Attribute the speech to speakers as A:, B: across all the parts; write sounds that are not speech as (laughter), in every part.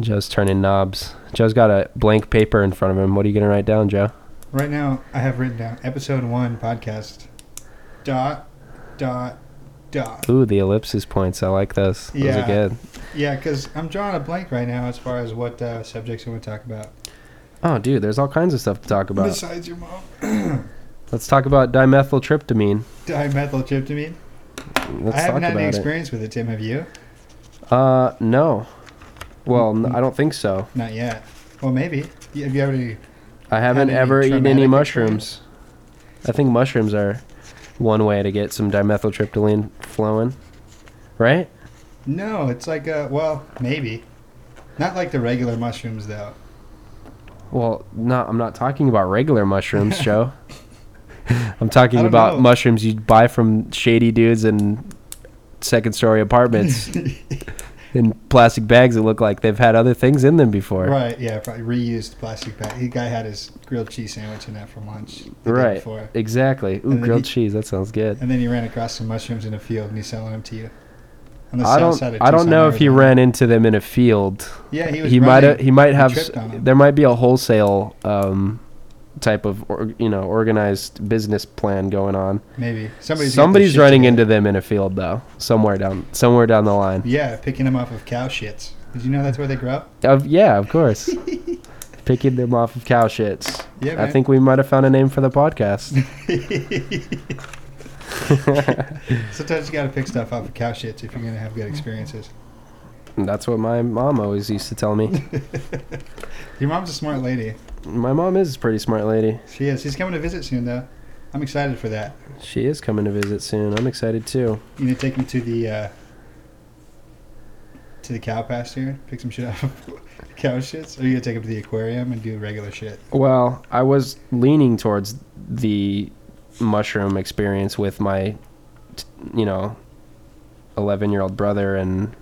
A: Joe's turning knobs. Joe's got a blank paper in front of him. What are you gonna write down, Joe?
B: Right now, I have written down episode one podcast. Dot, dot, dot.
A: Ooh, the ellipsis points. I like those. Those
B: Yeah.
A: are good.
B: Yeah, because I'm drawing a blank right now as far as what uh, subjects we want to talk about.
A: Oh, dude, there's all kinds of stuff to talk about.
B: Besides your mom.
A: Let's talk about dimethyltryptamine.
B: Dimethyltryptamine.
A: Let's
B: I
A: talk
B: haven't had
A: about
B: any
A: it.
B: experience with it, Tim. Have you?
A: Uh, no. Well, n I don't think so.
B: Not yet. Well, maybe. Y- Have you ever?
A: I haven't
B: any
A: ever eaten
B: traumatic
A: any mushrooms.
B: experience?
A: I think mushrooms are one way to get some dimethyltryptamine flowing, right?
B: No, it's like a well, maybe. Not like the regular mushrooms though.
A: Well, no, I'm not talking about regular
B: (laughs)
A: mushrooms, Joe. I'm talking
B: I don't
A: about
B: know.
A: mushrooms you buy from shady dudes in second story
B: (laughs)
A: apartments in plastic bags that look like they've had other things in them before.
B: Right? Yeah, probably reused plastic bag. The guy had his grilled cheese sandwich in that for lunch. the day
A: Right.
B: Before.
A: Exactly. Ooh,
B: then
A: grilled
B: he-
A: cheese. That sounds good.
B: And then he ran across some mushrooms in a field, and he's selling them to you. On the
A: I
B: south
A: don't.
B: side of
A: I don't
B: Tucson,
A: know if he
B: Arizona.
A: ran into them in a field.
B: Yeah, he was.
A: He might. have-
B: running.
A: He might have.
B: tripped on
A: s-
B: 'em.
A: There might be a wholesale um, type of or, you know organized business plan going on.
B: Maybe somebody's
A: Somebody's,
B: got their shit
A: running
B: together.
A: into them in a field though, somewhere down somewhere down the line.
B: Yeah, picking them off of cow shits. Did you know that's where they grow?
A: Of, yeah, of
B: (laughs)
A: course. Picking them off of cow shits.
B: Yeah,
A: I
B: man.
A: think we might have found a name for the podcast.
B: (laughs)
A: (laughs)
B: Sometimes you got to pick stuff off of cow shits if you're gonna have good experiences.
A: That's what my mom always used to tell
B: (laughs)
A: me.
B: Your mom's a smart lady.
A: My mom is a pretty smart lady.
B: She is. She's coming to visit soon, though. I'm excited for that.
A: She is coming to visit soon. I'm excited too.
B: You gonna take him to the uh, to the cow pasture, pick some shit up, (laughs) cow shits, or you gonna take him to the aquarium and do regular shit?
A: Well, I was leaning towards the mushroom experience with my, t- you know, 11 year old brother and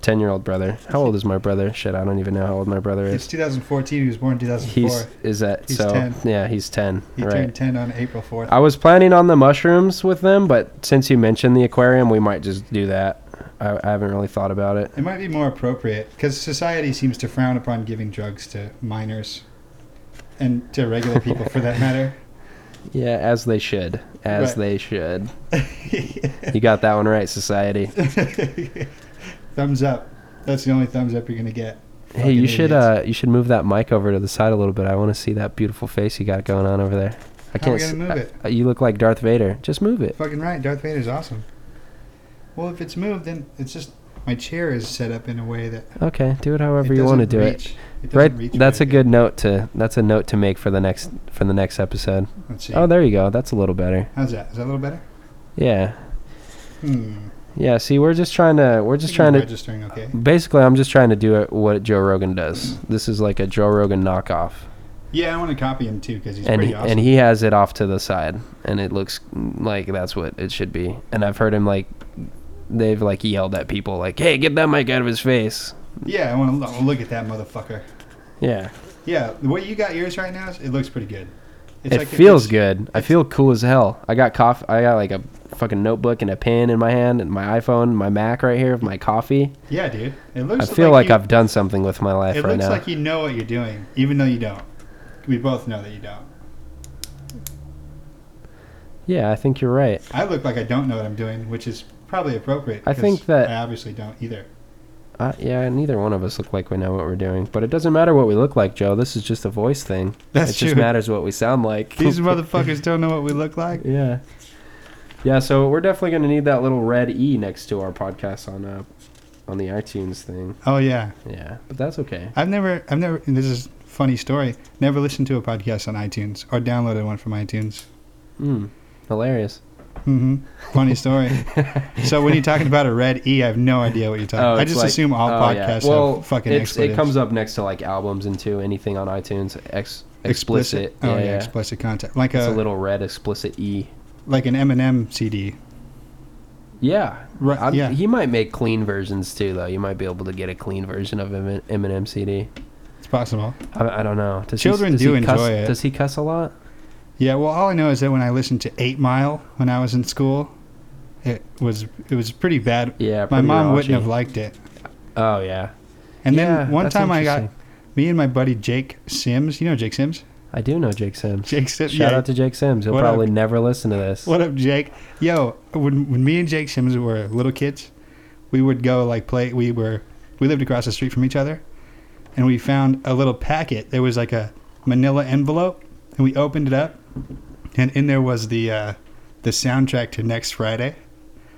A: 10 year old brother. How old is my brother? Shit, I don't even know how old my brother
B: It's
A: is.
B: 2014. He was born 2004.
A: He's is that
B: He's
A: so?
B: 10.
A: Yeah, he's 10.
B: he
A: right.
B: turned 10 on April 4th.
A: I was planning on the mushrooms with them, but since you mentioned the aquarium, we might just do that. I, I haven't really thought about it.
B: It might be more appropriate because society seems to frown upon giving drugs to minors and to regular people for
A: (laughs)
B: that matter. (laughs)
A: Yeah, as they should. As
B: Right.
A: they should. You got that one right,
B: (laughs)
A: society.
B: thumbs up. That's the only thumbs up you're gonna get.
A: Hey, you
B: Fucking
A: should
B: idiots.
A: uh, you should move that mic over to the side a little bit. I want to see that beautiful face you got going on over there. I
B: How are
A: can't.
B: we gonna
A: s-
B: move
A: I-
B: it?
A: uh, you look like Darth Vader. Just move it.
B: Fucking right. Darth Vader's awesome. Well, if it's moved, then it's just my chair is set up in a way that
A: Okay, do it however
B: it
A: you want to
B: doesn't
A: do it.
B: reach- it. doesn't
A: Right.
B: reach
A: That's a
B: very
A: good note to. That's a note to make for the next for the next episode.
B: Let's see.
A: Oh, there you go. That's a little better.
B: How's that? Is that a little better?
A: Yeah.
B: Hmm.
A: Yeah. See, we're just trying to. We're just
B: I
A: trying
B: think I'm
A: to.
B: registering. Okay.
A: Basically, I'm just trying to do it what Joe Rogan does. This is like a Joe Rogan knockoff,
B: Yeah, I want to copy him too because he's
A: and
B: pretty
A: he,
B: awesome.
A: and he has it off to the side, and it looks like that's what it should be. And I've heard him like they've like yelled at people like, "Hey, get that mic out of his face!"
B: yeah, I want to look at that motherfucker.
A: Yeah,
B: Yeah, the way you got yours right now, is- it looks pretty good. It's
A: it
B: like
A: feels
B: it's-
A: good. I feel cool as hell. I got coffee. I got like a fucking notebook and a pen in my hand, and my iPhone, my Mac right here, with my coffee.
B: Yeah, dude. It
A: I
B: looks.
A: feel like,
B: you,
A: I've done something with my life
B: It
A: right
B: looks
A: now.
B: like you know what you're doing, even though you don't. We both know that you don't.
A: yeah, I think you're right.
B: I look like I don't know what I'm doing, which is probably appropriate.
A: I
B: 'cause
A: think that-
B: I obviously don't either.
A: Uh, yeah, neither one of us look like we know what we're doing, but it doesn't matter what we look like, Joe. This is just a voice thing.
B: (laughs) (laughs) That's
A: it just
B: true.
A: matters what we sound like. (laughs)
B: These motherfuckers don't know what we look like.
A: yeah, yeah. So we're definitely gonna need that little red E next to our podcast on uh, on the iTunes thing.
B: Oh yeah,
A: Yeah, but that's okay.
B: I've never, I've never. And this is a funny story. Never listened to a podcast on iTunes or downloaded one from iTunes.
A: Mm, hilarious.
B: hmm
A: (laughs)
B: Funny story. so when you're talking about a red E, I have no idea what you're talking. about. I
A: Oh, it's
B: just
A: like-
B: assume all
A: oh, yeah.
B: podcasts
A: Well,
B: have fucking
A: it's-
B: expletives.
A: It comes up next to like albums and to anything on iTunes. Ex- explicit.
B: Oh
A: yeah,
B: yeah, uh,
A: yeah.
B: explicit content. Like
A: It's
B: a,
A: a little red explicit E.
B: like an Eminem CD.
A: Yeah,
B: Right,
A: I'm-
B: yeah.
A: He might make clean versions too, though. You might be able to get a clean version of Emin- Eminem CD.
B: It's possible.
A: I, I don't know. Does
B: Children
A: he, does
B: do
A: he cuss,
B: enjoy it.
A: Does he cuss a lot?
B: Yeah. Well, all I know is that when I listened to Eight Mile when I was in school, it was it was pretty bad.
A: Yeah,
B: My
A: pretty
B: mom
A: raunchy.
B: wouldn't have liked it.
A: Oh yeah,
B: And
A: Yeah,
B: then one
A: that's
B: time I got
A: interesting.
B: me and my buddy Jake Sims. You know Jake Sims? (laughs)
A: I do know Jake Sims.
B: Jake Sims.
A: Shout
B: yeah.
A: out to Jake Sims. He'll
B: What
A: probably never listen to this.
B: What up, Jake? Yo, when, when me and Jake Sims were little kids, we would go like play. We were we lived across the street from each other, and we found a little packet. There was like a Manila envelope, and we opened it up, and in there was the uh, the soundtrack to Next Friday.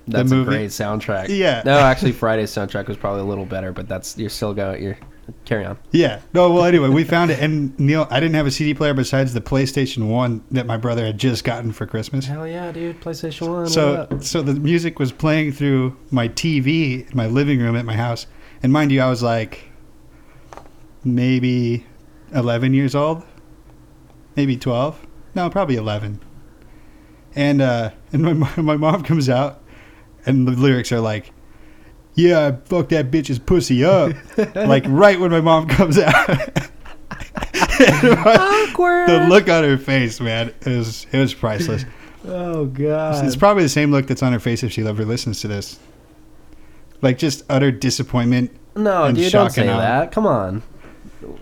A: That's
B: movie.
A: a great soundtrack.
B: Yeah.
A: No, actually, Friday's soundtrack was probably a little better, but that's you're still going. You're carry on.
B: Yeah. No. Well, anyway, we found it, and Neil, I didn't have a CD player besides the PlayStation One that my brother had just gotten for Christmas.
A: Hell yeah, dude! PlayStation One.
B: So, so the music was playing through my TV in my living room at my house, and mind you, I was like maybe eleven years old, maybe twelve. No, probably eleven. And uh, and my mo- (laughs) my mom comes out, and the lyrics are like, "Yeah, I fucked that bitch's pussy up," like right when my mom comes out. (laughs) And my-
A: awkward.
B: (laughs) the look on her face, man, it was it was priceless.
A: Oh
B: It's
A: god.
B: probably the same look that's on her face if she ever listens to this. Like just utter disappointment.
A: No,
B: and
A: dude, don't
B: shocking
A: say
B: out.
A: that. Come on.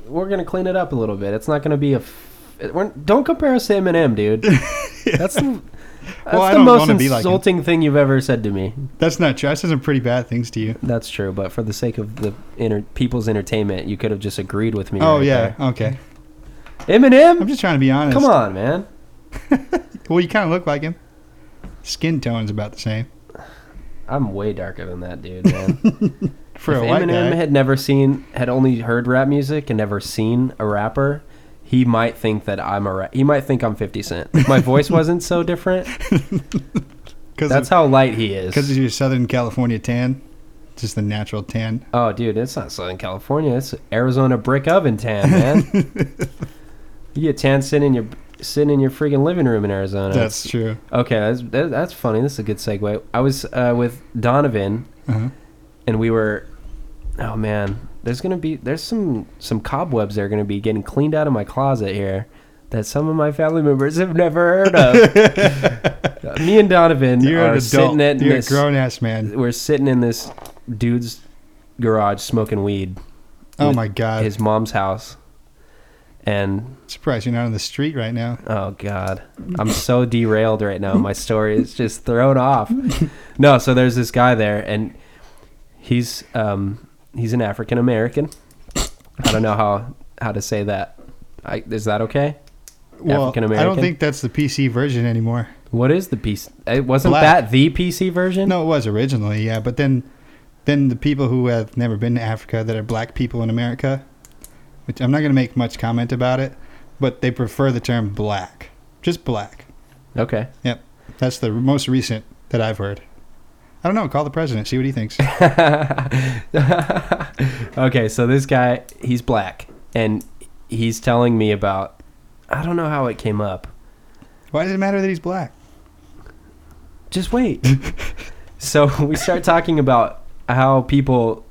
A: We're gonna clean it up a little bit. It's not gonna be a. F- we're, don't compare us to Eminem,
B: (laughs)
A: dude. That's the, that's
B: I
A: the
B: don't
A: most
B: wanna be like him.
A: insulting thing you've ever said to me.
B: That's not true. I said some pretty bad things to you.
A: That's true, but for the sake of the inter- people's entertainment, you could have just agreed with me.
B: oh
A: right
B: yeah, okay.
A: there.
B: I'm
A: Eminem.
B: just trying to be honest.
A: Come on, man.
B: Well, you kind of look like him. Skin tone's about the same
A: I'm way darker than that, dude, man.
B: (laughs) for
A: if
B: a white
A: Eminem
B: guy.
A: had never seen, had only heard rap music and never seen a rapper, he might think that I'm a. Ra- he might think I'm 50 Cent. If my voice wasn't so different. That's
B: Because
A: how light he is.
B: of your Southern California tan, just the natural tan.
A: Oh, dude, it's not Southern California. It's Arizona brick oven tan, man.
B: (laughs)
A: you get tan sitting in your sitting in your freaking living room in Arizona.
B: That's
A: It's-
B: true.
A: okay. That's that- that's funny. This is a good segue. I was uh, with Donovan
B: Uh-huh.
A: and we were oh man there's gonna be there's some some cobwebs that are gonna be getting cleaned out of my closet here that some of my family members have never heard of
B: (laughs)
A: me and donovan
B: You're
A: are
B: an adult.
A: sitting in
B: You're a
A: this
B: grown ass man.
A: we're sitting in this dude's garage smoking weed
B: Oh
A: with
B: my god!
A: his mom's house and
B: Surprised you're not on the street right now.
A: oh god i'm so derailed right now my story is just thrown off
B: (laughs)
A: no so there's this guy there and he's um he's an african american i don't know how how to say that I, is that okay
B: Well, I don't
A: African-American?
B: think that's the PC version anymore.
A: what is the pc it wasn't
B: Black.
A: that the pc version
B: No, it was originally, yeah. But then, then the people who have never been to Africa that are black people in America, which I'm not going to make much comment about it, but they prefer the term black, just black.
A: okay
B: That's the most recent that I've heard. I don't know. Call the president, see what he
A: (laughs)
B: thinks.
A: okay, so this guy, he's black, and he's telling me about. I don't know how it came up.
B: Why does it matter that he's black?
A: Just wait. so we start talking about how people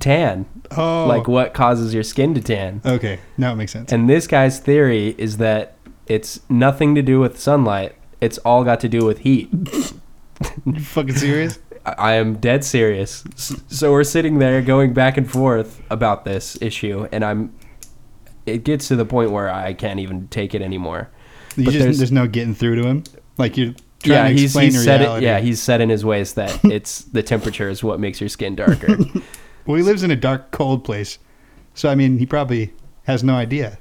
A: tan,
B: Oh,
A: like what causes your skin to tan.
B: okay. Now it makes sense.
A: And this guy's theory is that it's nothing to do with sunlight, it's all got to do with heat.
B: You fucking serious?
A: I I am dead serious. S- So we're sitting there going back and forth about this issue, and I'm. It gets to the point where I can't even take it anymore.
B: You
A: (laughs) But
B: just
A: there's-
B: there's, no getting through to him. Like you're
A: yeah,
B: trying to
A: he's,
B: explain
A: he's said it.
B: reality.
A: Yeah, he's said in his ways
B: (laughs)
A: that it's the temperature is what makes your skin darker.
B: Well, he lives in a dark, cold place, so I mean, he probably has no idea.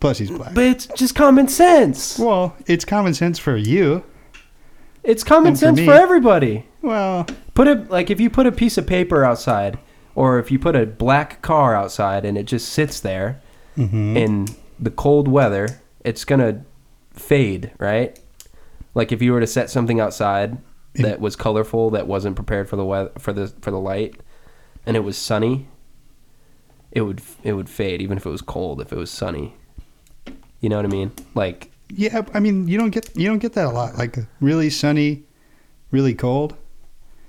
B: Plus, he's black.
A: but it's just common sense.
B: Well, it's common sense for you.
A: It's common
B: And for
A: sense
B: me-
A: for everybody.
B: Well,
A: Put it like if you put a piece of paper outside, or if you put a black car outside, and it just sits there in the cold weather, it's gonna fade, right? Like if you were to set something outside that was colorful, that wasn't prepared for the weather, for the for the light, and it was sunny, it would it would fade, even if it was cold. If it was sunny, you know what I mean? Like
B: yeah. I mean, you don't get you don't get that a lot. Like really sunny, really cold.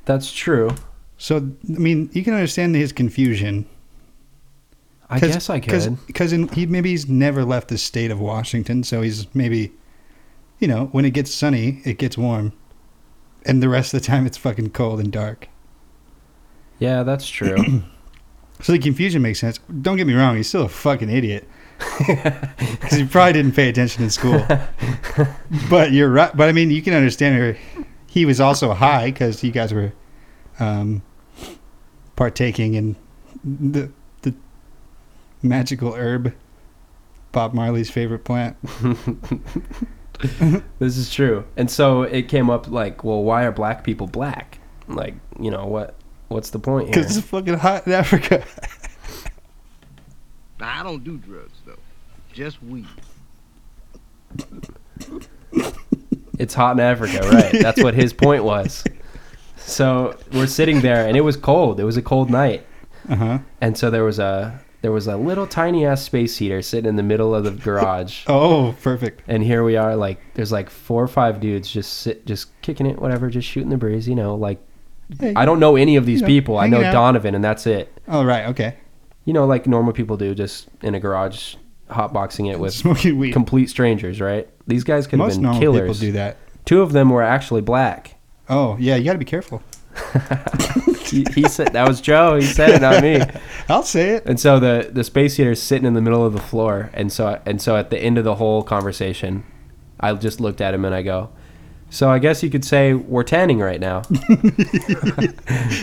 A: that's true.
B: So I mean, you can understand his confusion.
A: I guess I could.
B: Because he maybe he's never left the state of Washington, so he's maybe, you know, when it gets sunny, it gets warm, and the rest of the time it's fucking cold and dark.
A: Yeah, that's true.
B: So the confusion makes sense. Don't get me wrong, he's still a fucking idiot. (laughs) Because he probably didn't pay attention in
A: (laughs)
B: school. but you're right. But I mean, you can understand her. He was also high because you guys were um, partaking in the, the magical herb, Bob Marley's favorite plant. (laughs)
A: This is true. And so it came up like, well, why are black people black? Like, you know, what what's the point here?
B: Because it's fucking hot in Africa.
C: Now, I don't do drugs, though. Just weed.
A: It's hot in Africa, right? That's what his point
B: (laughs)
A: was. So we're sitting there and it was cold. It was a cold night.
B: Uh huh.
A: And so there was a there was a little tiny ass space heater sitting in the middle of the
B: (laughs)
A: garage.
B: Oh, perfect.
A: And here we are, like there's like four or five dudes just sit, just kicking it, whatever, just shooting the breeze, you know. Like
B: Hey.
A: I don't know any of these
B: Yeah,
A: people. I know
B: hanging out.
A: Donovan, and that's it.
B: Oh, right. Okay.
A: You know, like normal people do, just in a garage, hotboxing it with
B: Smoking weed.
A: complete strangers, right? These guys could have
B: Most
A: been
B: normal people
A: killers.
B: do that.
A: Two of them were actually black.
B: Oh, yeah. You got to
A: (laughs)
B: be careful.
A: He, he said that was Joe. He said it, not
B: (laughs)
A: me.
B: I'll say it.
A: And so the the space heater is sitting in the middle of the floor, and so and so at the end of the whole conversation, I just looked at him and I go, "So I guess you could say we're tanning right now."
B: Yeah,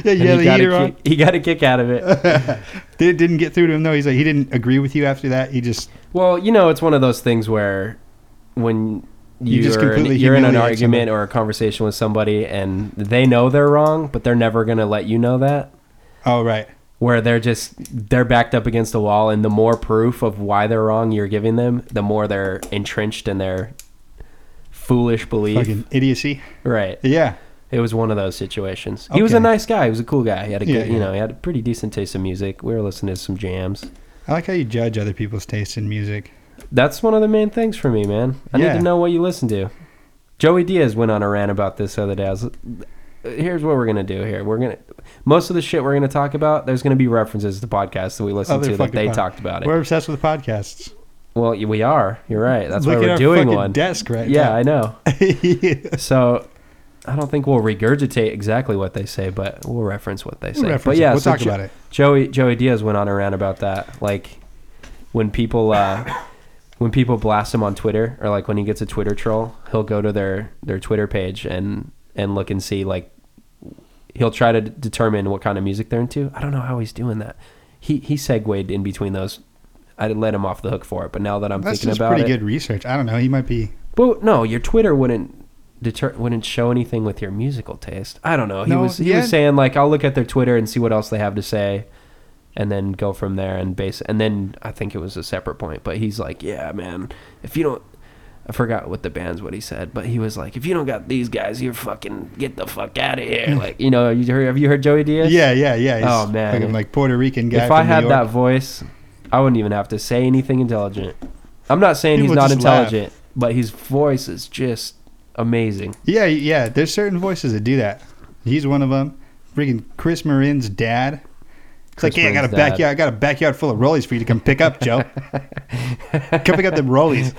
A: And
B: yeah. The
A: got
B: heater
A: a
B: on.
A: kick, He got a kick out of it.
B: (laughs) It didn't get through to him though. He's like he didn't agree with you after that. He just
A: well, you know, it's one of those things where when
B: You
A: you
B: just
A: are in,
B: completely
A: you're in an
B: humiliate someone.
A: argument or a conversation with somebody and they know they're wrong, but they're never going to let you know that.
B: oh right.
A: where they're just they're backed up against the wall and the more proof of why they're wrong you're giving them the more they're entrenched in their foolish belief
B: Fucking idiocy.
A: right
B: Yeah.
A: it was one of those situations he was a
B: Okay.
A: nice guy he was a cool guy he had a
B: Yeah,
A: good you
B: yeah.
A: know he had a pretty decent taste in music we were listening to some jams
B: I like how you judge other people's taste in music.
A: that's one of the main things for me man i
B: Yeah.
A: need to know what you listen to joey diaz went on a rant about this the other day I was, here's what we're gonna do here we're gonna most of the shit we're gonna talk about there's gonna be references to podcasts that we listened
B: Other
A: to that
B: fucking
A: they
B: pod-
A: talked about it
B: We're obsessed with podcasts.
A: Well, y- we are. You're right. That's
B: Look
A: why
B: at
A: we're
B: our
A: doing
B: fucking
A: one.
B: desk right
A: yeah,
B: now.
A: I know.
B: (laughs) Yeah.
A: So I don't think we'll regurgitate exactly what they say, but we'll reference what they say. but
B: reference it.
A: yeah,
B: We'll
A: so
B: talk
A: Jo-
B: about it.
A: Joey Joey Diaz went on a rant about that. Like when people uh, (coughs) when people blast him on Twitter, or like when he gets a Twitter troll, he'll go to their their Twitter page and and look and see like he'll try to d- determine what kind of music they're into. I don't know how he's doing that. He he segued in between those. I let him off the hook for it, but now that I'm
B: That's
A: thinking
B: just
A: about
B: pretty
A: it,
B: good research. I don't know. He might be.
A: well, no, your Twitter wouldn't deter wouldn't show anything with your musical taste. I don't know. He
B: No,
A: was he
B: yeah.
A: was saying like I'll look at their Twitter and see what else they have to say, and then go from there and base. And then I think it was a separate point, but he's like, yeah, man, if you don't. I forgot what the band's what he said, but he was like, "If you don't got these guys, you're fucking get the fuck out of
B: (laughs)
A: here." Like, you know, you heard, have you heard Joey Diaz?
B: Yeah, yeah, yeah. He's
A: Oh, man.
B: fucking, like Puerto Rican guy.
A: if I
B: from New
A: had
B: York.
A: that voice, I wouldn't even have to say anything intelligent. I'm not saying
B: People
A: he's not
B: just laugh.
A: intelligent, but his voice is just amazing.
B: Yeah, yeah. There's certain voices that do that. He's one of them. Freaking Chris Marin's dad. It's
A: Chris
B: like, yeah, I got a
A: Marin's dad.
B: backyard. I got a backyard full of rollies for you to come pick
A: (laughs)
B: up, Joe. come pick up them rollies.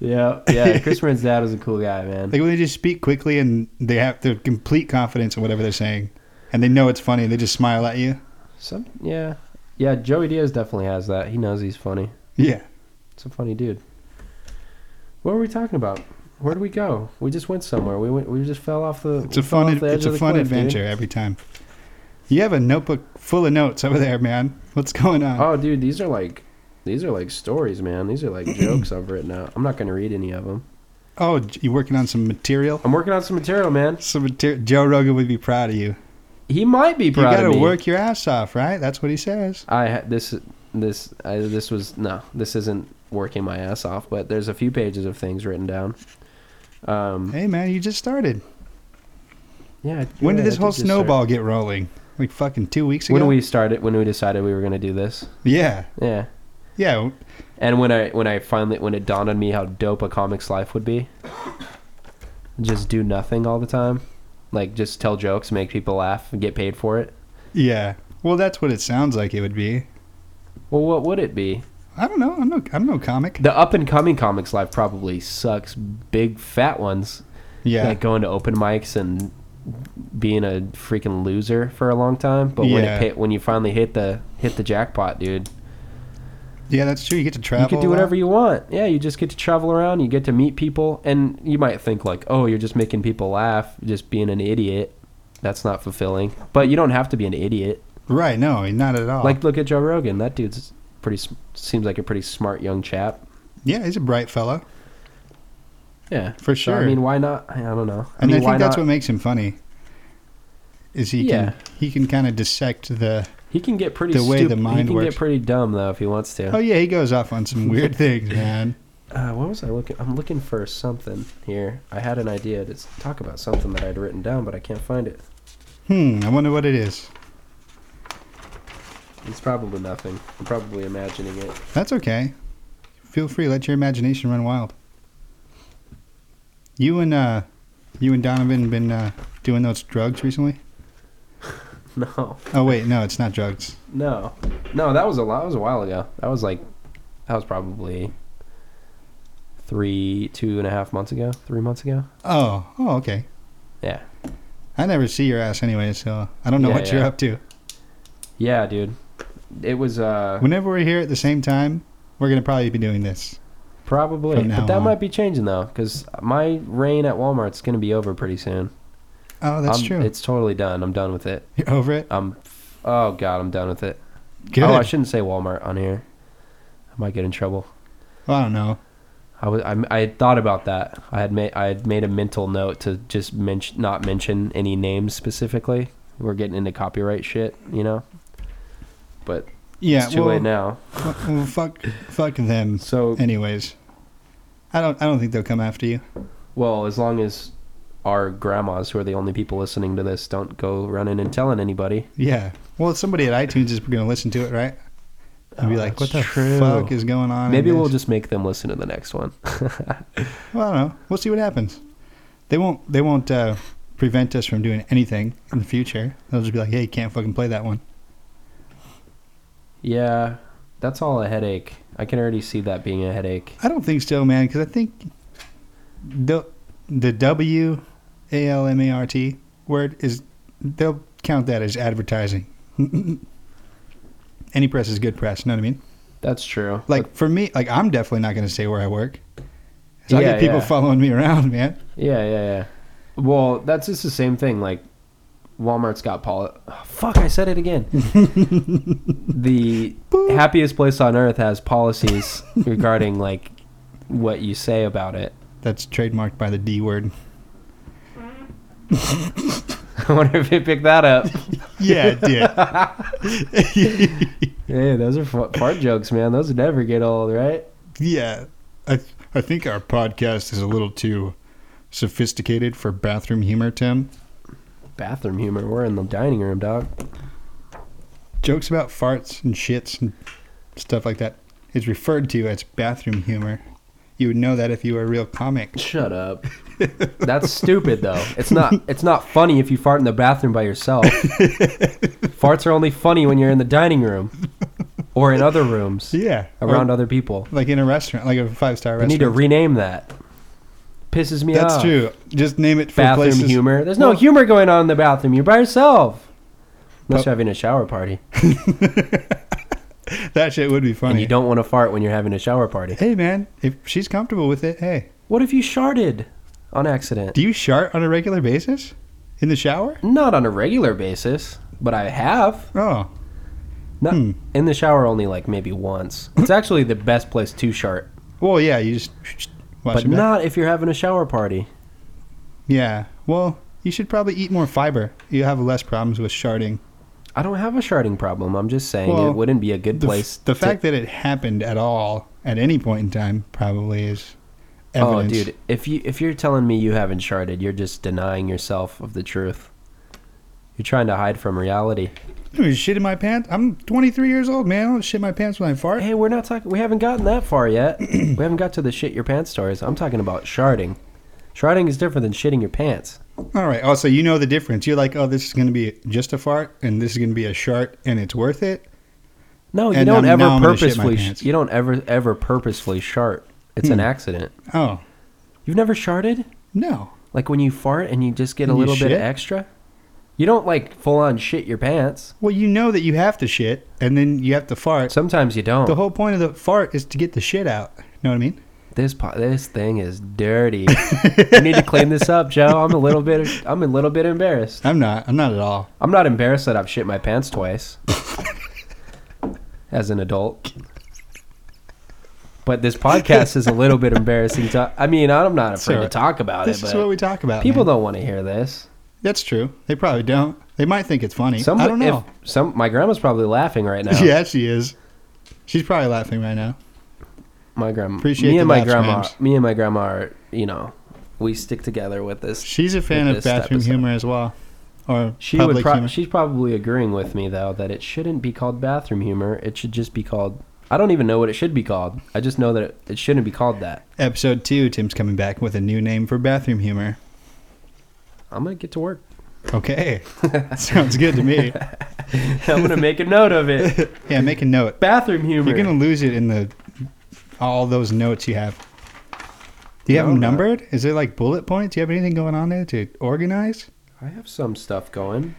A: Yeah, (laughs)
B: (laughs)
A: yeah. Chris Marin's dad was a cool guy, man.
B: Like when they just speak quickly and they have their complete confidence in whatever they're saying, and they know it's funny, and they just smile at you.
A: Some, yeah, yeah. Joey Diaz definitely has that. He knows he's funny.
B: Yeah.
A: It's a funny dude. What were we talking about? Where did we go? We just went somewhere. We went. We just fell off the.
B: It's a
A: we fell
B: fun.
A: off the edge
B: It's
A: of
B: a
A: the
B: fun
A: cliff, dude.
B: adventure every time. You have a notebook full of notes over there, man. What's going on?
A: Oh, dude, these are like, these are like stories, man. These are
B: (clears throat)
A: like jokes I've written out. I'm not gonna read any of them.
B: Oh, j- you working on some material?
A: I'm working on some material, man.
B: Some material. Joe Rogan would be proud of you.
A: He might be
B: You
A: proud
B: got to
A: of me.
B: work your ass off, right? That's what he says.
A: I ha- this this I, this was no, this isn't working my ass off. But there's a few pages of things written down. Um,
B: Hey, man, you just started.
A: yeah. I-
B: When
A: yeah,
B: did this
A: I
B: whole
A: just start-
B: snowball get rolling? Like fucking two weeks ago.
A: When we started, when we decided we were gonna do this,
B: Yeah,
A: yeah.
B: yeah.
A: And when I when I finally when it dawned on me how dope a comics life would be, just do nothing all the time, like just tell jokes, make people laugh, and get paid for it.
B: Yeah. Well, that's what it sounds like it would be.
A: Well, what would it be?
B: I don't know. I'm no. I'm no comic.
A: The up and coming comics life probably sucks big fat ones.
B: Yeah.
A: like going to open mics and being a freaking loser for a long time. But when
B: Yeah.
A: it hit, when you finally hit the hit the jackpot, dude,
B: Yeah, that's true. You get to travel.
A: you can
B: a
A: do
B: lot.
A: whatever you want. Yeah, you just get to travel around. You get to meet people, and you might think like, oh, you're just making people laugh, just being an idiot. That's not fulfilling. But you don't have to be an idiot.
B: Right? No, not at all.
A: Like, look at Joe Rogan. That dude's pretty s- seems like a pretty smart young chap.
B: yeah, he's a bright fellow
A: Yeah.
B: for
A: So,
B: sure.
A: I mean, why not? I I don't know. I
B: and
A: mean,
B: I,
A: why
B: think that's
A: not?
B: what makes him funny. Is he
A: Yeah.
B: can he can kind of dissect the
A: he can get pretty.
B: the way the
A: stup- he
B: mind
A: can
B: works.
A: get pretty dumb though if he wants to.
B: oh yeah he goes off on some weird things man
A: uh, what was I looking? I'm looking for something here. I had an idea to s- talk about something that I'd written down, but I can't find it.
B: hmm I wonder what it is
A: It's probably nothing. I'm probably imagining it. (laughs)
B: that's okay feel free let your imagination run wild you and uh you and Donovan been uh, doing those drugs recently
A: No,
B: oh wait no it's not drugs
A: no, no. That was a lot. That was a while ago. That was like, that was probably three, two and a half months ago. Three months ago.
B: oh oh okay
A: Yeah.
B: I never see your ass anyway so I don't know
A: Yeah,
B: what you're
A: yeah.
B: up to
A: Yeah, dude. It was uh
B: whenever we're here at the same time we're gonna probably be doing this
A: probably,
B: From now
A: but that
B: on.
A: might be changing though, because my reign at Walmart's gonna be over pretty soon.
B: oh that's
A: I'm-
B: true
A: It's totally done. I'm done with it.
B: you're over it
A: I'm. Oh god, I'm done with it.
B: good
A: Oh, I shouldn't say Walmart on here. I might get in trouble.
B: well, I don't know
A: I was. I, I had thought about that. I had made. I had made a mental note to just mention, not mention any names specifically. We're getting into copyright shit, you know. But
B: yeah
A: it's too
B: well,
A: late now.
B: Well, well, fuck, fuck them.
A: So
B: Anyways, I don't, I don't think they'll come after you.
A: Well, as long as our grandmas, who are the only people listening to this, don't go running and telling anybody.
B: Yeah. Well, somebody at iTunes is going to listen to it, right? And be
A: Oh,
B: like, "What the
A: that's true.
B: fuck is going on?" in
A: Maybe we'll
B: this?"
A: just make them listen to the next one. (laughs)
B: Well, I don't know. We'll see what happens. They won't. They won't uh, prevent us from doing anything in the future. They'll just be like, "Hey, you can't fucking play that one."
A: yeah, that's all a headache. I can already see that being a headache.
B: I don't think so, man. Because I think the the W A L M A R T word is they'll count that as advertising. (laughs) Any press is good press. You know what I mean?
A: That's true.
B: Like for me, like I'm definitely not going to say where I work. So I
A: Yeah,
B: get people
A: yeah.
B: following me around, man.
A: yeah, yeah, yeah. Well, that's just the same thing. Like Walmart's got Paul. fuck, I said it (laughs) again. the happiest place on earth has policies regarding like what you say about it. (laughs)
B: That's trademarked by the D word.
A: I wonder if it picked that up.
B: Yeah, it did.
A: Hey, those are fu- fart jokes, man. Those would never get old, right?
B: (laughs) yeah, I I think our podcast is a little too sophisticated for bathroom humor, Tim.
A: Bathroom humor. We're in the dining room, dog.
B: jokes about farts and shits and stuff like that is referred to as bathroom humor. You would know that if you were a real comic.
A: Shut
B: (laughs)
A: up. That's stupid, though. It's not. It's not funny if you fart in the bathroom by
B: (laughs)
A: yourself. Farts are only funny when you're in the dining room or in other rooms
B: Yeah,
A: around
B: Or,
A: other people.
B: like in a restaurant, like a five star
A: We
B: restaurant.
A: need to rename that. Pisses me off.
B: That's true. Just name it for
A: Bathroom
B: places.
A: humor. There's no
B: Well-
A: humor going on in the bathroom. You're by yourself. Unless
B: Well-
A: you're having a shower party,
B: (laughs) That shit would be
A: and
B: funny.
A: you don't want to fart when you're having a shower party.
B: hey man, if she's comfortable with it, hey,
A: What if you sharded on accident?
B: do you shart on a regular basis in the shower?
A: Not on a regular basis, but I have.
B: Oh,
A: Not
B: Hmm.
A: in the shower only like maybe once.
B: (laughs)
A: It's actually the best place to shart,
B: well, yeah, you just watch
A: but
B: it back.
A: not if you're having a shower party.
B: yeah, well, you should probably eat more fiber. You have less problems with sharting.
A: I don't have a sharting problem. I'm just saying
B: Well,
A: it wouldn't be a good
B: The f-
A: place.
B: The
A: to-
B: fact that it happened at all at any point in time probably is evidence.
A: Oh, dude, if you if you're telling me you haven't sharted, you're just denying yourself of the truth. You're trying to hide from reality.
B: You shit in my pants. I'm 23 years old, man. I don't shit my pants when I fart.
A: Hey, we're not talking. We haven't gotten that far
B: (clears throat)
A: yet. we haven't got to the shit your pants stories. I'm talking about sharding. Sharding is different than shitting your pants.
B: All right. Also, you know the difference. You're like, oh, this is going to be just a fart, and this is going to be a shart, and it's worth it.
A: No, you
B: And
A: don't
B: I'm-
A: ever
B: now I'm gonna shit my
A: purposefully.
B: pants. Hmm.
A: You don't ever ever purposefully shart. It's an accident.
B: Oh
A: You've never sharted?
B: no,
A: Like when you fart and you just get a
B: And you
A: little bit
B: shit?
A: extra. You don't like full on shit your pants.
B: Well, you know that you have to shit, and then you have to fart.
A: Sometimes you don't.
B: The whole point of the fart is to get the shit out. Know what I mean? (laughs)
A: this po- this thing is dirty. we need to clean this up, Joe. I'm a little bit I'm a little bit embarrassed.
B: I'm not. I'm not at all.
A: I'm not embarrassed that I've shit my pants twice as an adult. But this podcast is a little bit embarrassing. To, I mean, I'm not afraid to
B: alright.
A: talk about
B: This
A: it,
B: is
A: but
B: what we talk about.
A: people
B: man.
A: don't want to hear this.
B: That's true. They probably don't. They might think it's funny.
A: Some,
B: I
A: (laughs)
B: don't know.
A: If some, my grandma's probably laughing right now.
B: (laughs) yeah, she is. She's probably laughing right now.
A: my grandma.
B: Appreciate
A: me
B: the
A: and my
B: laughs,
A: grandma.
B: Rams.
A: Me and my grandma are, you know, we stick together with this.
B: She's a fan
A: With
B: of
A: this
B: bathroom
A: episode.
B: humor as well, or
A: She
B: public
A: would. Pro-
B: humor.
A: she's probably agreeing with me though that it shouldn't be called bathroom humor. It should just be called. I don't even know what it should be called. I just know that it, it shouldn't be called that.
B: Episode two. Tim's coming back with a new name for bathroom humor.
A: I'm gonna get to work. (laughs)
B: Okay, sounds good to me.
A: I'm gonna make a note of
B: (laughs)
A: it.
B: Yeah, make a note.
A: Bathroom humor.
B: You're gonna lose it in the all those notes you have. Do you have
A: No, uh,
B: them
A: I'm not.
B: numbered? Is there like bullet points? Do you have anything going on there to organize?
A: I have some stuff going.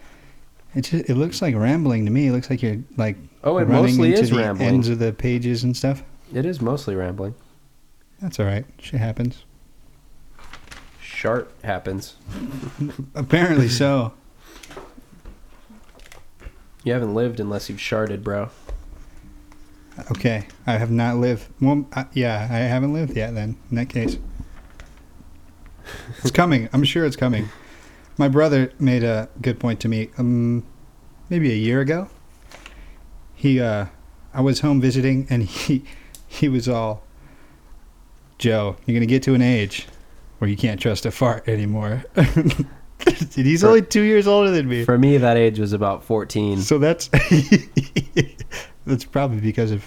B: It just it looks like rambling to me. It looks like you're like
A: Oh, it
B: running
A: mostly
B: into
A: is
B: the
A: rambling.
B: ends of the pages and stuff.
A: It is mostly rambling.
B: That's all right. Shit happens.
A: Sharp happens.
B: Apparently so.
A: You haven't lived unless you've sharded, bro.
B: Okay, I have not lived. Well, I, yeah, I haven't lived yet. Then in that case, it's coming. I'm sure it's coming. My brother made a good point to me. Um, maybe a year ago. He, uh, I was home visiting, and (laughs) he, he was all, Joe, you're gonna get to an age where you can't trust a fart anymore. (laughs) And He's
A: For-
B: only two years older than me.
A: For me, that age was about 14.
B: So that's (laughs) that's probably because of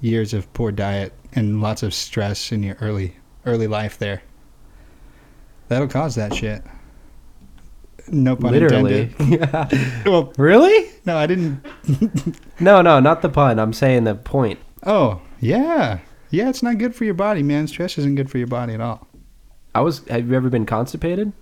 B: years of poor diet and lots of stress in your early early life there. That'll cause that shit. No pun
A: Literally.
B: intended. Well,
A: (laughs) really?
B: no, I didn't. (laughs)
A: No, no, not the pun. I'm saying the point.
B: Oh, yeah, yeah. It's not good for your body, man. Stress isn't good for your body at all.
A: I was. Have you ever been constipated?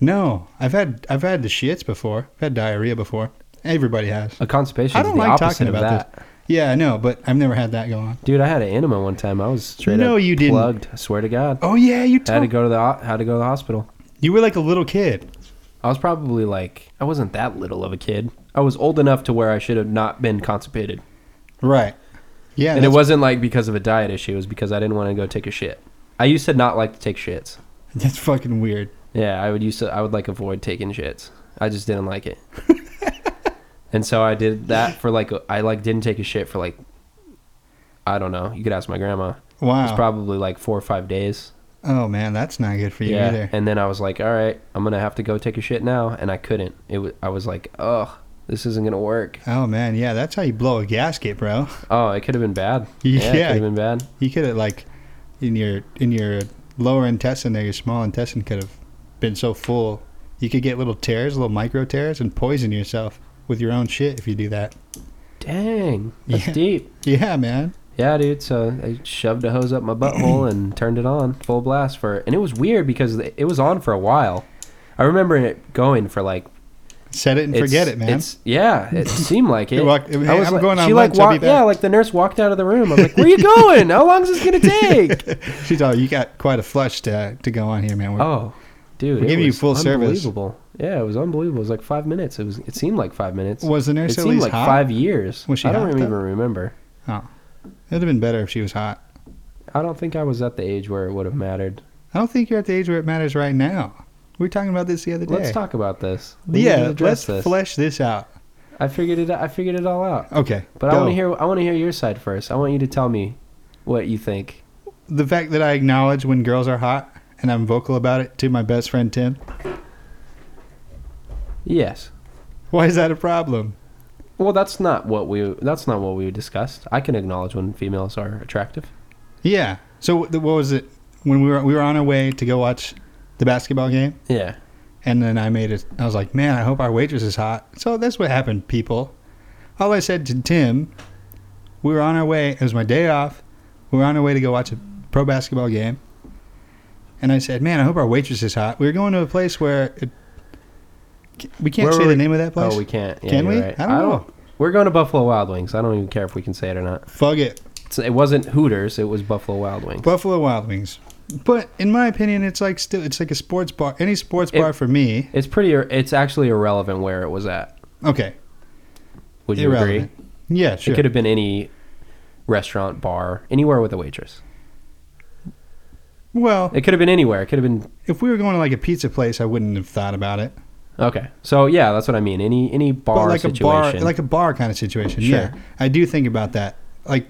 B: No, I've had I've had the shits before. I've had diarrhea before. Everybody has.
A: A constipation.
B: I
A: is
B: don't
A: the
B: like
A: opposite
B: talking
A: of
B: about
A: that.
B: this. Yeah, I know, but I've never had that go on.
A: Dude, I had an enema one time. I was straight
B: No,
A: up
B: you didn't.
A: plugged. I swear to God,
B: Oh yeah,
A: I
B: you
A: had to
B: told
A: go to the ho- had to go to the hospital.
B: you were like a little kid.
A: I was probably like I wasn't that little of a kid. I was old enough to where I should have not been constipated,
B: Right. Yeah.
A: and it
B: that's-
A: wasn't like because of a diet issue. It was because I didn't want to go take a shit. I used to not like to take shits.
B: (laughs) That's fucking weird.
A: Yeah, I would used to. I would like avoid taking shits. I just didn't like
B: (laughs)
A: it, and so I did that for like a- I like didn't take a shit for like I don't know. You could ask my grandma. It was
B: Wow.
A: probably like four or five days.
B: oh man, that's not good for you either.
A: And then I was like, all right, I'm gonna have to go take a shit now, and I couldn't. It was, I was like, oh, this isn't gonna work.
B: Oh man, yeah, that's how you blow a gasket, bro. (laughs)
A: Oh, it could have been bad. it
B: Yeah.
A: could have been bad.
B: You could have like in your in your lower intestine there, your small intestine could have been so full. You could get little tears, little micro tears, and poison yourself with your own shit if you do that.
A: Dang, that's
B: Yeah.
A: deep.
B: Yeah, man.
A: Yeah, dude. So I shoved a hose up my butthole
B: (clears throat)
A: and turned it on full blast for, and it was weird because it was on for a while. I remember it going for like
B: Set it and
A: it's-
B: forget it, man.
A: It's, yeah,
B: (laughs)
A: it seemed like it.
B: You walked- hey, I'm
A: like,
B: going on
A: she like
B: lunch, I'll be
A: walked, yeah,
B: back.
A: like the nurse walked out of the room. I
B: (laughs)
A: was like, where you going? How long is this gonna take?
B: She's all you got quite a flush to to go on here, man. We're-
A: Oh, dude,
B: We're
A: it
B: giving you
A: was
B: full service.
A: unbelievable. Yeah, it was unbelievable. It was like five minutes. It was. It seemed like five minutes.
B: Was the nurse
A: it
B: at
A: seemed
B: least
A: like
B: hot?
A: five years.
B: Was she
A: I don't
B: hot,
A: even
B: though?
A: remember.
B: It would have been better if she was hot.
A: I don't think I was at the age where it would have mattered.
B: I don't think you're at the age where it matters right now. We were talking about this the other day.
A: Let's talk about this. We need to
B: Yeah,
A: address
B: let's
A: this.
B: flesh this out.
A: I figured it. I figured it all out.
B: Okay,
A: But I
B: go.
A: want to hear. I want to hear your side first. I want you to tell me what you think.
B: the fact that I acknowledge when girls are hot and I'm vocal about it to my best friend Tim.
A: Yes.
B: Why is that a problem?
A: Well, that's not what we. That's not what we discussed. I can acknowledge when females are attractive.
B: Yeah. So th- what was it when we were we were on our way to go watch the basketball game,
A: Yeah.
B: and then I made it. I was like, man, I hope our waitress is hot. So that's what happened, people. All I said to Tim, we were on our way. It was my day off. We were on our way to go watch a pro basketball game, and I said, "Man, I hope our waitress is hot." We were going to a place where it, we can't
A: Where
B: say
A: were
B: the
A: we-
B: name of that place.
A: Oh, we can't. Yeah,
B: Can
A: you're
B: we?
A: right.
B: I don't know.
A: We're going to Buffalo Wild Wings. I don't even care if we can say it or not.
B: Fuck it,
A: It's, it wasn't Hooters. It was Buffalo Wild Wings.
B: Buffalo Wild Wings. But in my opinion, it's like still it's like a sports bar. Any sports
A: It-
B: bar for me.
A: It's pretty. ir- It's actually irrelevant where it was at.
B: Okay,
A: Would you
B: irrelevant.
A: agree?
B: Yeah, sure.
A: It could have been any restaurant, bar, anywhere with a waitress.
B: well,
A: It could have been anywhere. It could have been
B: if we were going to like a pizza place, I wouldn't have thought about it.
A: okay. So yeah, that's what I mean. Any any
B: But
A: bar
B: like
A: situation.
B: a bar, like a bar kind of situation.
A: Sure.
B: Yeah, I do think about that. Like,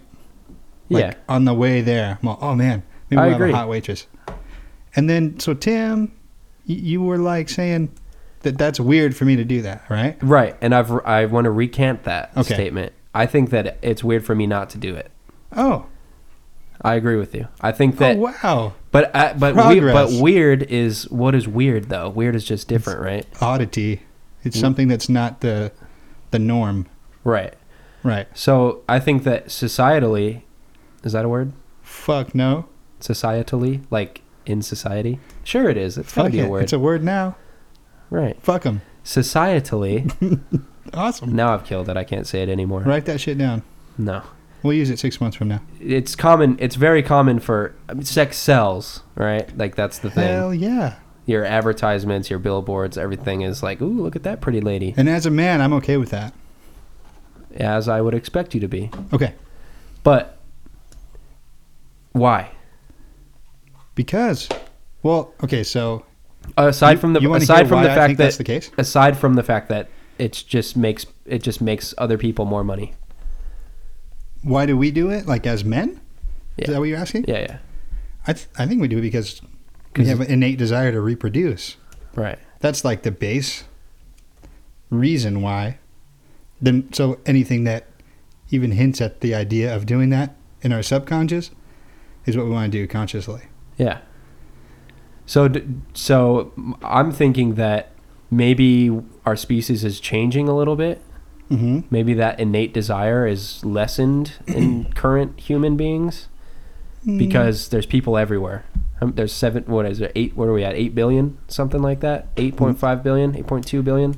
B: like
A: yeah.
B: on the way there, I'm all, oh man, maybe
A: I
B: we'll
A: agree.
B: have a hot waitress. And then, so Tim, y- you were like saying that that's weird for me to do that, right?
A: Right, and I've I want to recant that
B: Okay.
A: statement. I think that it's weird for me not to do it.
B: Oh,
A: I agree with you. I think that,
B: oh wow,
A: but I, but we, but
B: Progress.
A: weird is what is weird though. Weird is just different, right?
B: oddity. It's
A: Mm.
B: something that's not the the norm,
A: Right.
B: right?
A: So I think that societally, is that a word?
B: Fuck no,
A: Societally, like in society. Sure, it is. It's gotta
B: fuck
A: be a
B: it.
A: word,
B: It's a word now.
A: right?
B: Fuck them.
A: Societally.
B: Awesome.
A: now I've killed it. I can't say it anymore.
B: Write that shit down.
A: No.
B: We'll use it six months from now.
A: It's common. It's very common for I mean, sex sells, right? Like that's the thing.
B: Hell yeah.
A: your advertisements, your billboards, everything is like, ooh, look at that pretty lady,
B: And as a man, I'm okay with that.
A: as I would expect you to be.
B: Okay.
A: But why?
B: Because, well, okay, so
A: Aside
B: You-
A: from the
B: you wanna
A: aside
B: hear
A: from the
B: why I
A: fact
B: think
A: that
B: that's the case?
A: aside from the fact that it just makes it just makes other people more money.
B: why do we do it? Like as men? Is
A: Yeah.
B: that what you're asking?
A: Yeah, yeah,
B: I, th- I think we do it because we have an innate desire to reproduce.
A: right.
B: That's like the base reason why. Then, so anything that even hints at the idea of doing that in our subconscious is what we want to do consciously.
A: Yeah. So, d- so I'm thinking that maybe our species is changing a little bit.
B: Mm-hmm.
A: Maybe that innate desire is lessened
B: (clears throat)
A: in current human beings.
B: Mm.
A: because there's people everywhere. Um, There's seven. What is it? Eight. What are we at? Eight billion, something like that. Eight point five billion. Eight point two billion.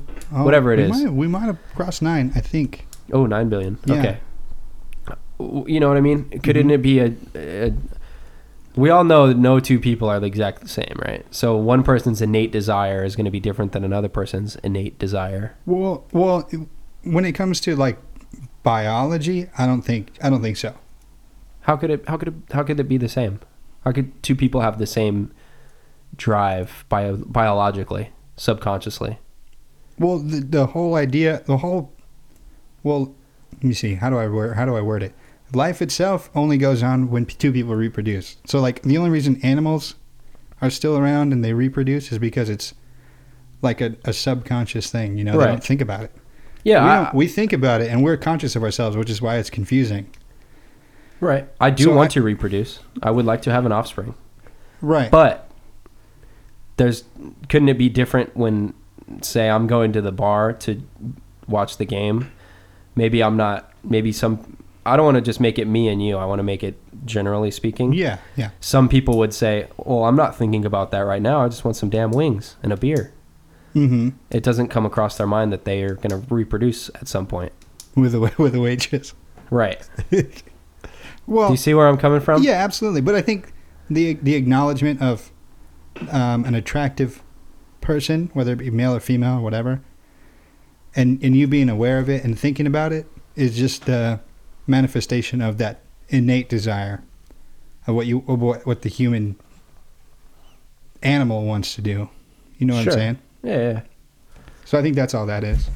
A: whatever it
B: Oh, we
A: is.
B: Might, we might have crossed nine, I think.
A: Oh, nine billion.
B: Yeah. Mm-hmm.
A: Okay. W- You know what I mean? Couldn't it be a, a? We all know that no two people are the exact same, right? So one person's innate desire is going to be different than another person's innate desire.
B: Well, well, it- when it comes to like biology, I don't think I don't think so.
A: How could it? How could it? How could it be the same? How could two people have the same drive bio, biologically, subconsciously?
B: Well, the, the whole idea, the whole, well, let me see. How do I word? How do I word it? Life itself only goes on when p- two people reproduce. So, like, the only reason animals are still around and they reproduce is because it's like a, a subconscious thing. You know, they
A: Right.
B: don't think about it.
A: Yeah,
B: we,
A: I-
B: don't, we think about it and we're conscious of ourselves, which is why it's confusing.
A: Right. I do
B: So
A: want
B: I-
A: to reproduce. I would like to have an offspring.
B: Right.
A: But there's couldn't it be different when say I'm going to the bar to watch the game? Maybe I'm not maybe some I don't want to just make it me and you. I want to make it generally speaking.
B: yeah. Yeah.
A: Some people would say, "Well, I'm not thinking about that right now. I just want some damn wings and a beer."
B: hmm
A: It doesn't come across their mind that they are going to reproduce at some point.
B: With the (laughs) with the waitress.
A: Right.
B: Well,
A: Do you see where I'm coming from?
B: Oh. Yeah, absolutely. But I think the the acknowledgement of um, an attractive person, whether it be male or female or whatever, and and you being aware of it and thinking about it is just the manifestation of that innate desire of what you of what, what the human animal wants to do. You know what
A: Sure.
B: I'm saying?
A: Yeah, yeah.
B: So I think that's all that is.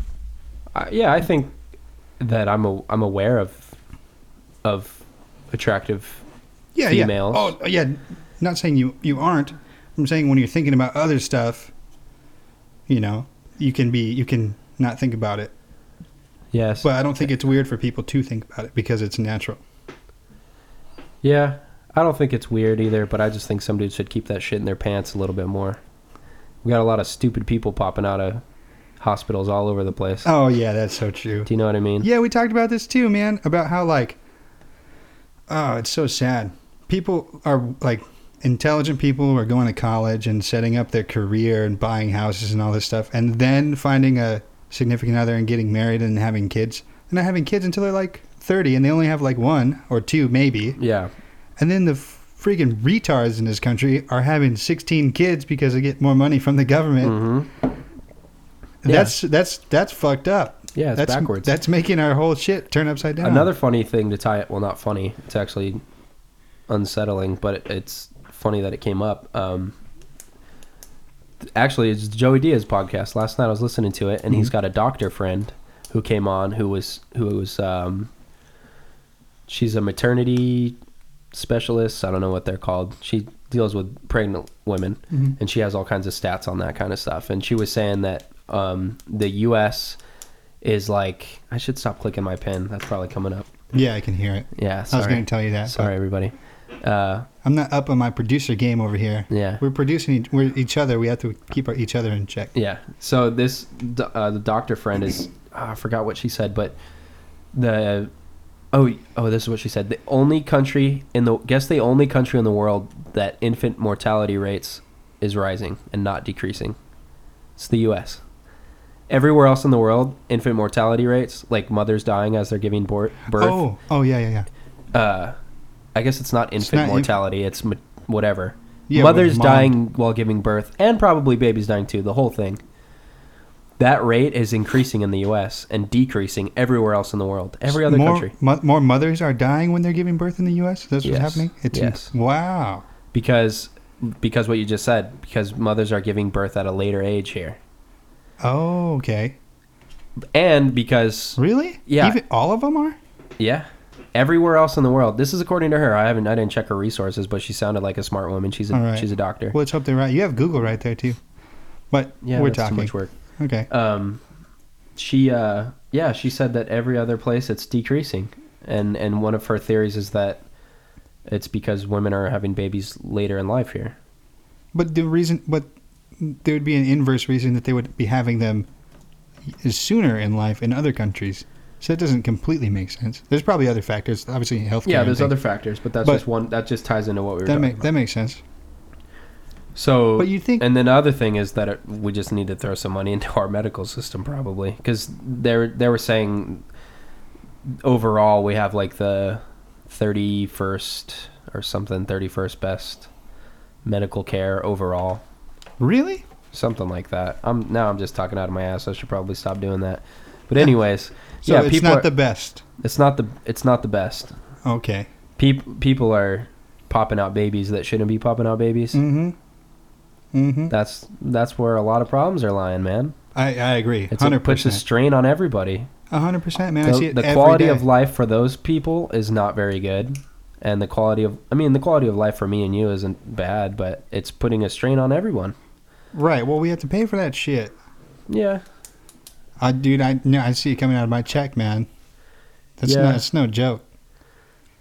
A: I, yeah, I think that I'm a, I'm aware of of attractive.
B: yeah,
A: females.
B: Yeah. Oh, yeah. Not saying you you aren't. I'm saying when you're thinking about other stuff, you know, you can be you can not think about it.
A: Yes.
B: But I don't think it's weird for people to think about it because it's natural.
A: yeah, I don't think it's weird either, but I just think some dudes should keep that shit in their pants a little bit more. We got a lot of stupid people popping out of hospitals all over the place.
B: Oh yeah, that's so true.
A: Do you know what I mean?
B: Yeah, we talked about this too, man, about how like oh, it's so sad. People are like intelligent people who are going to college and setting up their career and buying houses and all this stuff, and then finding a significant other and getting married and having kids, and not having kids until they're like 30 and they only have like one or two, maybe.
A: Yeah.
B: And then the freaking retards in this country are having 16 kids because they get more money from the government.
A: hmm Mm-hmm. Yeah.
B: That's that's that's fucked up.
A: Yeah, it's
B: that's
A: backwards.
B: That's making our whole shit turn upside down.
A: Another funny thing to tie it well, not funny. It's actually unsettling, but it, it's funny that it came up. Um, actually, it's Joey Diaz podcast. Last night I was listening to it, and he's got a doctor friend who came on who was who was um, she's a maternity specialist. I don't know what they're called. She deals with pregnant women, and she has all kinds of stats on that kind of stuff. And she was saying that um, the U.S. is like I should stop clicking my pen. That's probably coming up.
B: Yeah, I can hear it.
A: Yeah,
B: I
A: sorry.
B: was going to tell you that. but
A: sorry, everybody. Uh,
B: I'm not up on my producer game over here.
A: Yeah.
B: We're producing each, we're each other. We have to keep our, each other in check.
A: yeah. So this do- uh, the doctor friend is ah, I forgot what she said, but the oh oh this is what she said. The only country in the guess the only country in the world that infant mortality rates is rising and not decreasing. It's the U.S. Everywhere else in the world, infant mortality rates, like mothers dying as they're giving bor- birth,
B: Oh, oh yeah, yeah, yeah.
A: uh, I guess it's not infant
B: not inf-
A: mortality. it's ma- whatever.
B: Yeah,
A: Mothers
B: with mom.
A: dying while giving birth, and probably babies dying too. The whole thing. That rate is increasing in the U.S. and decreasing everywhere else in the world. Every other
B: more,
A: country,
B: mo- more mothers are dying when they're giving birth in the U.S. That's what's
A: Yes.
B: happening.
A: Yes.
B: wow.
A: because because what you just said, because mothers are giving birth at a later age here,
B: Oh, okay.
A: and because
B: Really?
A: Yeah.
B: Even all of them are.
A: Yeah. Everywhere else in the world. This is according to her. I haven't I didn't check her resources, but she sounded like a smart woman. She's a
B: All right.
A: she's a doctor.
B: Well, let's hope they're right. You have Google right there too. But
A: yeah,
B: we're
A: that's
B: talking.
A: too much work.
B: Okay.
A: Um she uh yeah, she said that every other place it's decreasing. And and one of her theories is that it's because women are having babies later in life here.
B: But the reason, but there would be an inverse reason that they would be having them sooner in life in other countries. So that doesn't completely make sense. There's probably other factors, obviously healthcare.
A: Yeah,
B: and
A: there's
B: things.
A: other factors, but that's
B: But-
A: just one that just ties into what we were
B: That
A: talking
B: make
A: about.
B: that makes sense.
A: So,
B: But you think-
A: and then the other thing is that it, we just need to throw some money (laughs) into our medical system, probably, because they're they were saying overall we have like the thirty first or something, thirty first best medical care overall,
B: Really?
A: something like that. I'm now I'm just talking out of my ass. I should probably stop doing that. But anyways,
B: So
A: yeah,
B: it's
A: people.
B: not
A: are-
B: the best.
A: it's not the it's not the best.
B: Okay.
A: Peop, people are popping out babies that shouldn't be popping out babies.
B: Mm-hmm. Mm-hmm.
A: That's that's where a lot of problems are lying, man.
B: I, I agree.
A: It's,
B: Hundred
A: it puts a
B: percent.
A: strain on everybody.
B: hundred percent, man. I see
A: The,
B: it
A: the
B: every
A: quality
B: day.
A: of life for those people is not very good, and the quality of I mean the quality of life for me and you isn't bad, but it's putting a strain on everyone.
B: Right. Well, we have to pay for that shit.
A: Yeah,
B: I, dude, I no, I see it coming out of my check, man. That's
A: Yeah.
B: not. It's no joke.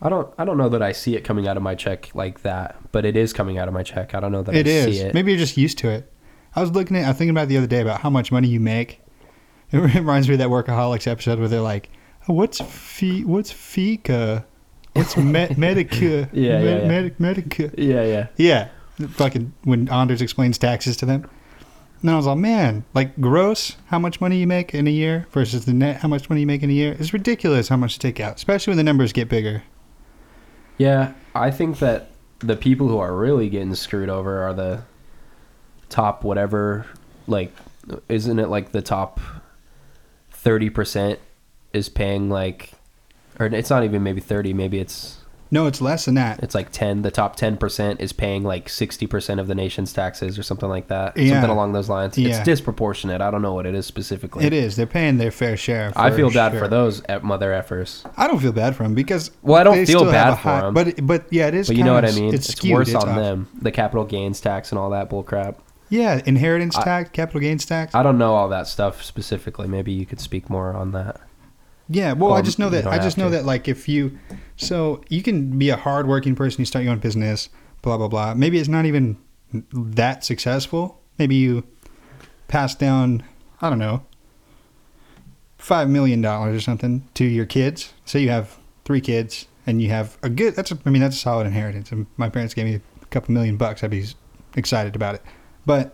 A: I don't I don't know that I see it coming out of my check like that, but it is coming out of my check. I don't know that
B: It
A: I
B: is.
A: see it.
B: Maybe you're just used to it. I was looking at, I was thinking about it the other day about how much money you make. (laughs) It reminds me of that workaholics episode where they're like, "Oh, "What's fee? What's FICA? What's
A: (laughs)
B: me- Medicare?
A: Yeah, yeah, yeah.
B: Medi- Medicare.
A: Yeah, yeah,
B: Yeah, fucking when Anders explains taxes to them." And I was like, "Man, like gross, how much money you make in a year versus the net, how much money you make in a year? It's ridiculous how much to take out, especially when the numbers get bigger."
A: yeah. I think that the people who are really getting screwed over are the top whatever. Like, isn't it like the top thirty percent is paying like, or it's not even maybe thirty. Maybe it's
B: No, it's less than that.
A: it's like ten. The top ten percent is paying like sixty percent of the nation's taxes or something like that.
B: Yeah.
A: Something along those lines.
B: Yeah.
A: It's disproportionate. I don't know what it is specifically.
B: It is. They're paying their fair share.
A: I feel bad
B: sure.
A: for those at mother effers.
B: I don't feel bad for him because
A: Well, I don't
B: they
A: feel
B: still have
A: bad
B: a
A: for
B: high-
A: him.
B: But but yeah, it is.
A: But you know
B: kind
A: what
B: of-
A: I mean. It's,
B: It's, skewed,
A: worse
B: it's
A: on
B: off.
A: them. The capital gains tax and all that bull crap.
B: Yeah, inheritance
A: I-
B: tax, capital gains tax.
A: I don't know all that stuff specifically. Maybe you could speak more on that.
B: yeah, well, I
A: Well,
B: just know
A: you
B: that.
A: don't
B: I just
A: have
B: know
A: to.
B: that like if you, so you can be a hardworking person. You start your own business, blah blah blah. Maybe it's not even that successful. Maybe you pass down, I don't know, five million dollars or something to your kids. Say you have three kids and you have a good. That's a, I mean that's a solid inheritance. And my parents gave me couple million bucks, I'd be s- excited about it. But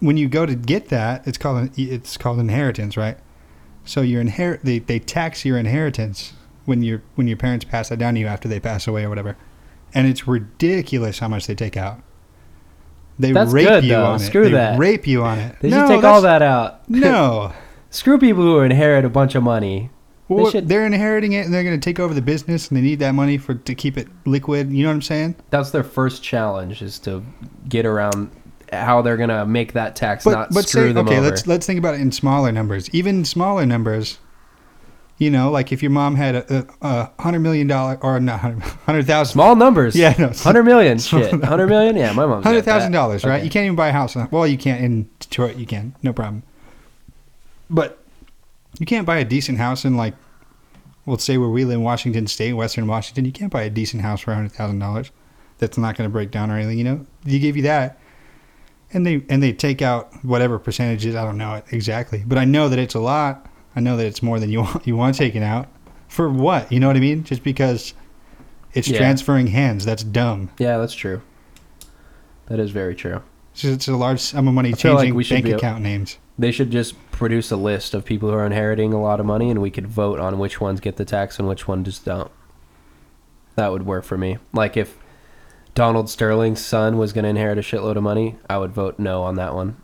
B: when you go to get that, it's called an, it's called inheritance, right? So your inherit they, they tax your inheritance when your when your parents pass that down to you after they pass away or whatever, and it's ridiculous how much they take out. They
A: That's
B: rape
A: good,
B: you
A: though.
B: on
A: Screw
B: it. They
A: that.
B: rape you on it.
A: They
B: no,
A: should take all
B: that's-
A: that out. (laughs)
B: No,
A: Screw people who inherit a bunch of money.
B: well,
A: They should-
B: they're inheriting it and they're going to take over the business and they need that money for to keep it liquid. You know what I'm saying?
A: That's their first challenge is to get around how they're gonna make that tax not screw them
B: okay,
A: over.
B: let's let's think about it in smaller numbers. Even smaller numbers, you know, like if your mom had a, a, a hundred million dollar or not hundred (laughs) hundred thousand
A: Small numbers.
B: Yeah, no.
A: Hundred
B: (laughs)
A: million.
B: Small
A: Shit. Hundred million. Yeah, my mom's got
B: hundred thousand
A: that.
B: dollars, right?
A: Okay.
B: You can't even buy a house. on- Well, you can't in Detroit. You can, no problem. But you can't buy a decent house in like, let's say where we live in Washington State, Western Washington. You can't buy a decent house for hundred thousand dollars. That's not going to break down or anything. You know, you give you that, and they and they take out whatever percentages. I don't know it exactly, but I know that it's a lot. I know that it's more than you (laughs) want, you want taken out. For what? You know what I mean? Just because it's
A: Yeah.
B: transferring hands. That's dumb.
A: Yeah, that's true. That is very true.
B: It's, just- it's a large sum of money
A: I feel like
B: changing
A: we should
B: bank
A: be-
B: account names.
A: They should just produce a list of people who are inheriting a lot of money, and we could vote on which ones get the tax and which one just don't. That would work for me. Like if Donald Sterling's son was going to inherit a shitload of money, I would vote no on that
B: (laughs)
A: one,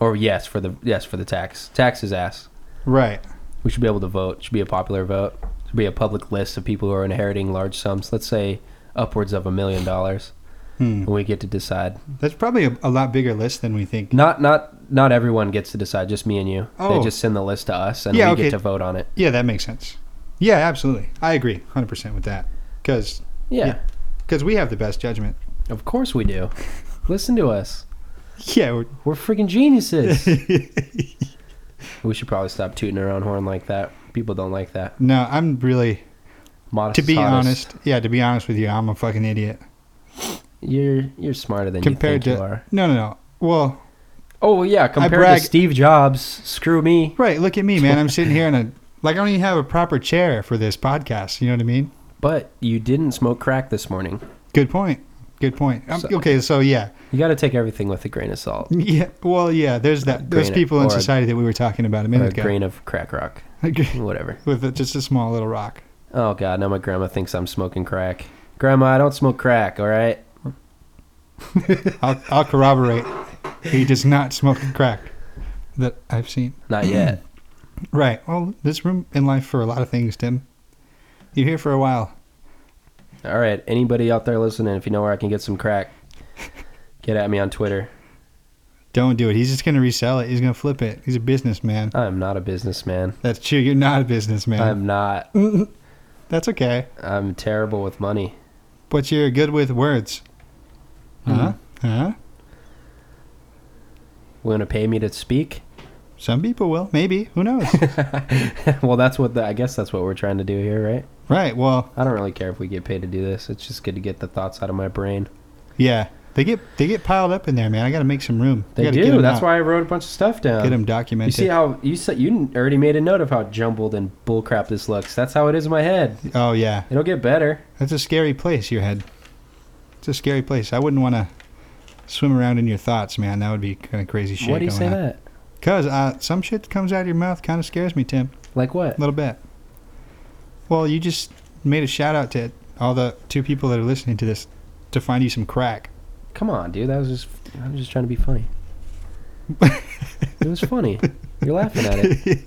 A: or yes for the yes for the tax. Tax his ass.
B: Right.
A: We should be able to vote. Should be a popular vote. Should be a public list of people who are inheriting large sums. Let's say upwards of a million dollars,
B: Hmm.
A: and we get to decide.
B: That's probably a, a lot bigger list than we think.
A: Not not not everyone gets to decide. Just me and you.
B: Oh.
A: They just send the list to us, and
B: Yeah,
A: we
B: okay.
A: get to vote on it.
B: Yeah, that makes sense. Yeah, absolutely. I agree 100% with that. Because
A: Yeah,
B: Yeah. we have the best
A: (laughs)
B: judgment.
A: of course we do. Listen to us.
B: Yeah. We're,
A: We're freaking geniuses. we should probably stop tooting our own horn like that. People don't like that.
B: (laughs) no, I'm really,
A: Modest.
B: to be
A: is hottest.
B: honest, yeah, to be honest with you, I'm a fucking idiot.
A: you're you're smarter than
B: Compared
A: you think
B: to-
A: you are.
B: No, no, no. Well,
A: Oh yeah, compared
B: brag-
A: to Steve Jobs, screw me.
B: right. Look at me, man. I'm sitting here in a, (laughs) like, I don't even have a proper chair for this podcast. You know what I mean?
A: But you didn't smoke crack this morning.
B: Good point. Good point. Um,
A: So-
B: okay, so yeah.
A: You got to take everything with a grain of salt.
B: (laughs) Yeah. Well, yeah, there's that. Those
A: grain-
B: people in
A: or a-
B: society that we were talking about
A: Or
B: a
A: a
B: minute ago.
A: grain of crack rock, whatever.
B: (laughs) with a, just a small little rock.
A: Oh god, now my grandma thinks I'm smoking crack. Grandma, I don't smoke crack. All right.
B: I'll, I'll corroborate. He does not smoke crack that I've seen.
A: Not yet.
B: (clears throat) Right. Well, there's room in life for a lot of things, Tim. You're here for a while.
A: All right. Anybody out there listening, if you know where I can get some crack, get at me on Twitter.
B: Don't do it. He's just going to resell it. He's going to flip it. He's a businessman.
A: I'm not a businessman.
B: That's true. You're not a businessman.
A: I'm not.
B: (laughs) That's okay.
A: I'm terrible with money.
B: But you're good with words.
A: Hmm.
B: Huh? Huh?
A: Want to pay me to speak? (laughs)
B: Some people will. Maybe. Who knows?
A: well, that's what the, I guess that's what we're trying to do here, right?
B: right. Well,
A: I don't really care if we get paid to do this. It's just good to get the thoughts out of my brain.
B: yeah. They get they get piled up in there, man. I got to make some room. I
A: They
B: gotta get
A: do.
B: 'em
A: That's
B: out.
A: why I wrote a bunch of stuff down.
B: get them
A: You
B: documented.
A: see how you said you already made a note of how jumbled and bullcrap this looks. That's how it is in my head.
B: oh yeah.
A: It'll get better.
B: That's a scary place, your head. It's a scary place. I wouldn't want to swim around in your thoughts, man. That would be kind of crazy shit.
A: Why do you
B: going
A: say
B: on.
A: that?
B: Cause uh, some shit that comes out of your mouth kind of scares me, Tim,
A: Like what?
B: a little bit. Well, you just made a shout out to all the two people that are listening to this to find you some crack. (laughs)
A: Come on, dude. That was just I'm just trying to be funny. it was funny. You're laughing at it.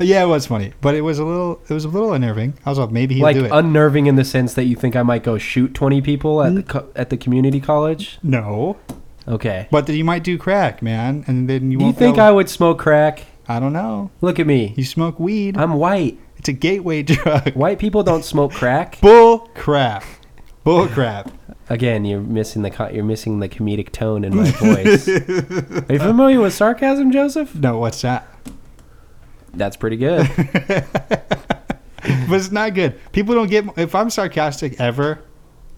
B: yeah, it was funny, but it was a little, it was a little unnerving. I was like, maybe he'll
A: like
B: do it.
A: unnerving in the sense that you think I might go shoot 20 people
B: Mm.
A: at the co- at the community college.
B: no,
A: Okay.
B: but that you might do crack, man, and then you
A: Do you
B: won't.
A: think I
B: know.
A: would smoke crack?
B: I don't know.
A: Look at me.
B: You smoke weed.
A: I'm white.
B: it's a gateway (laughs) drug.
A: White people don't smoke crack.
B: Bull crap. Bull crap.
A: Again, you're missing the co- you're missing the comedic tone in my
B: (laughs)
A: voice. Are you familiar with sarcasm, Joseph?
B: No, what's that? (laughs)
A: That's pretty good.
B: But it's not good. People don't get. If I'm sarcastic ever,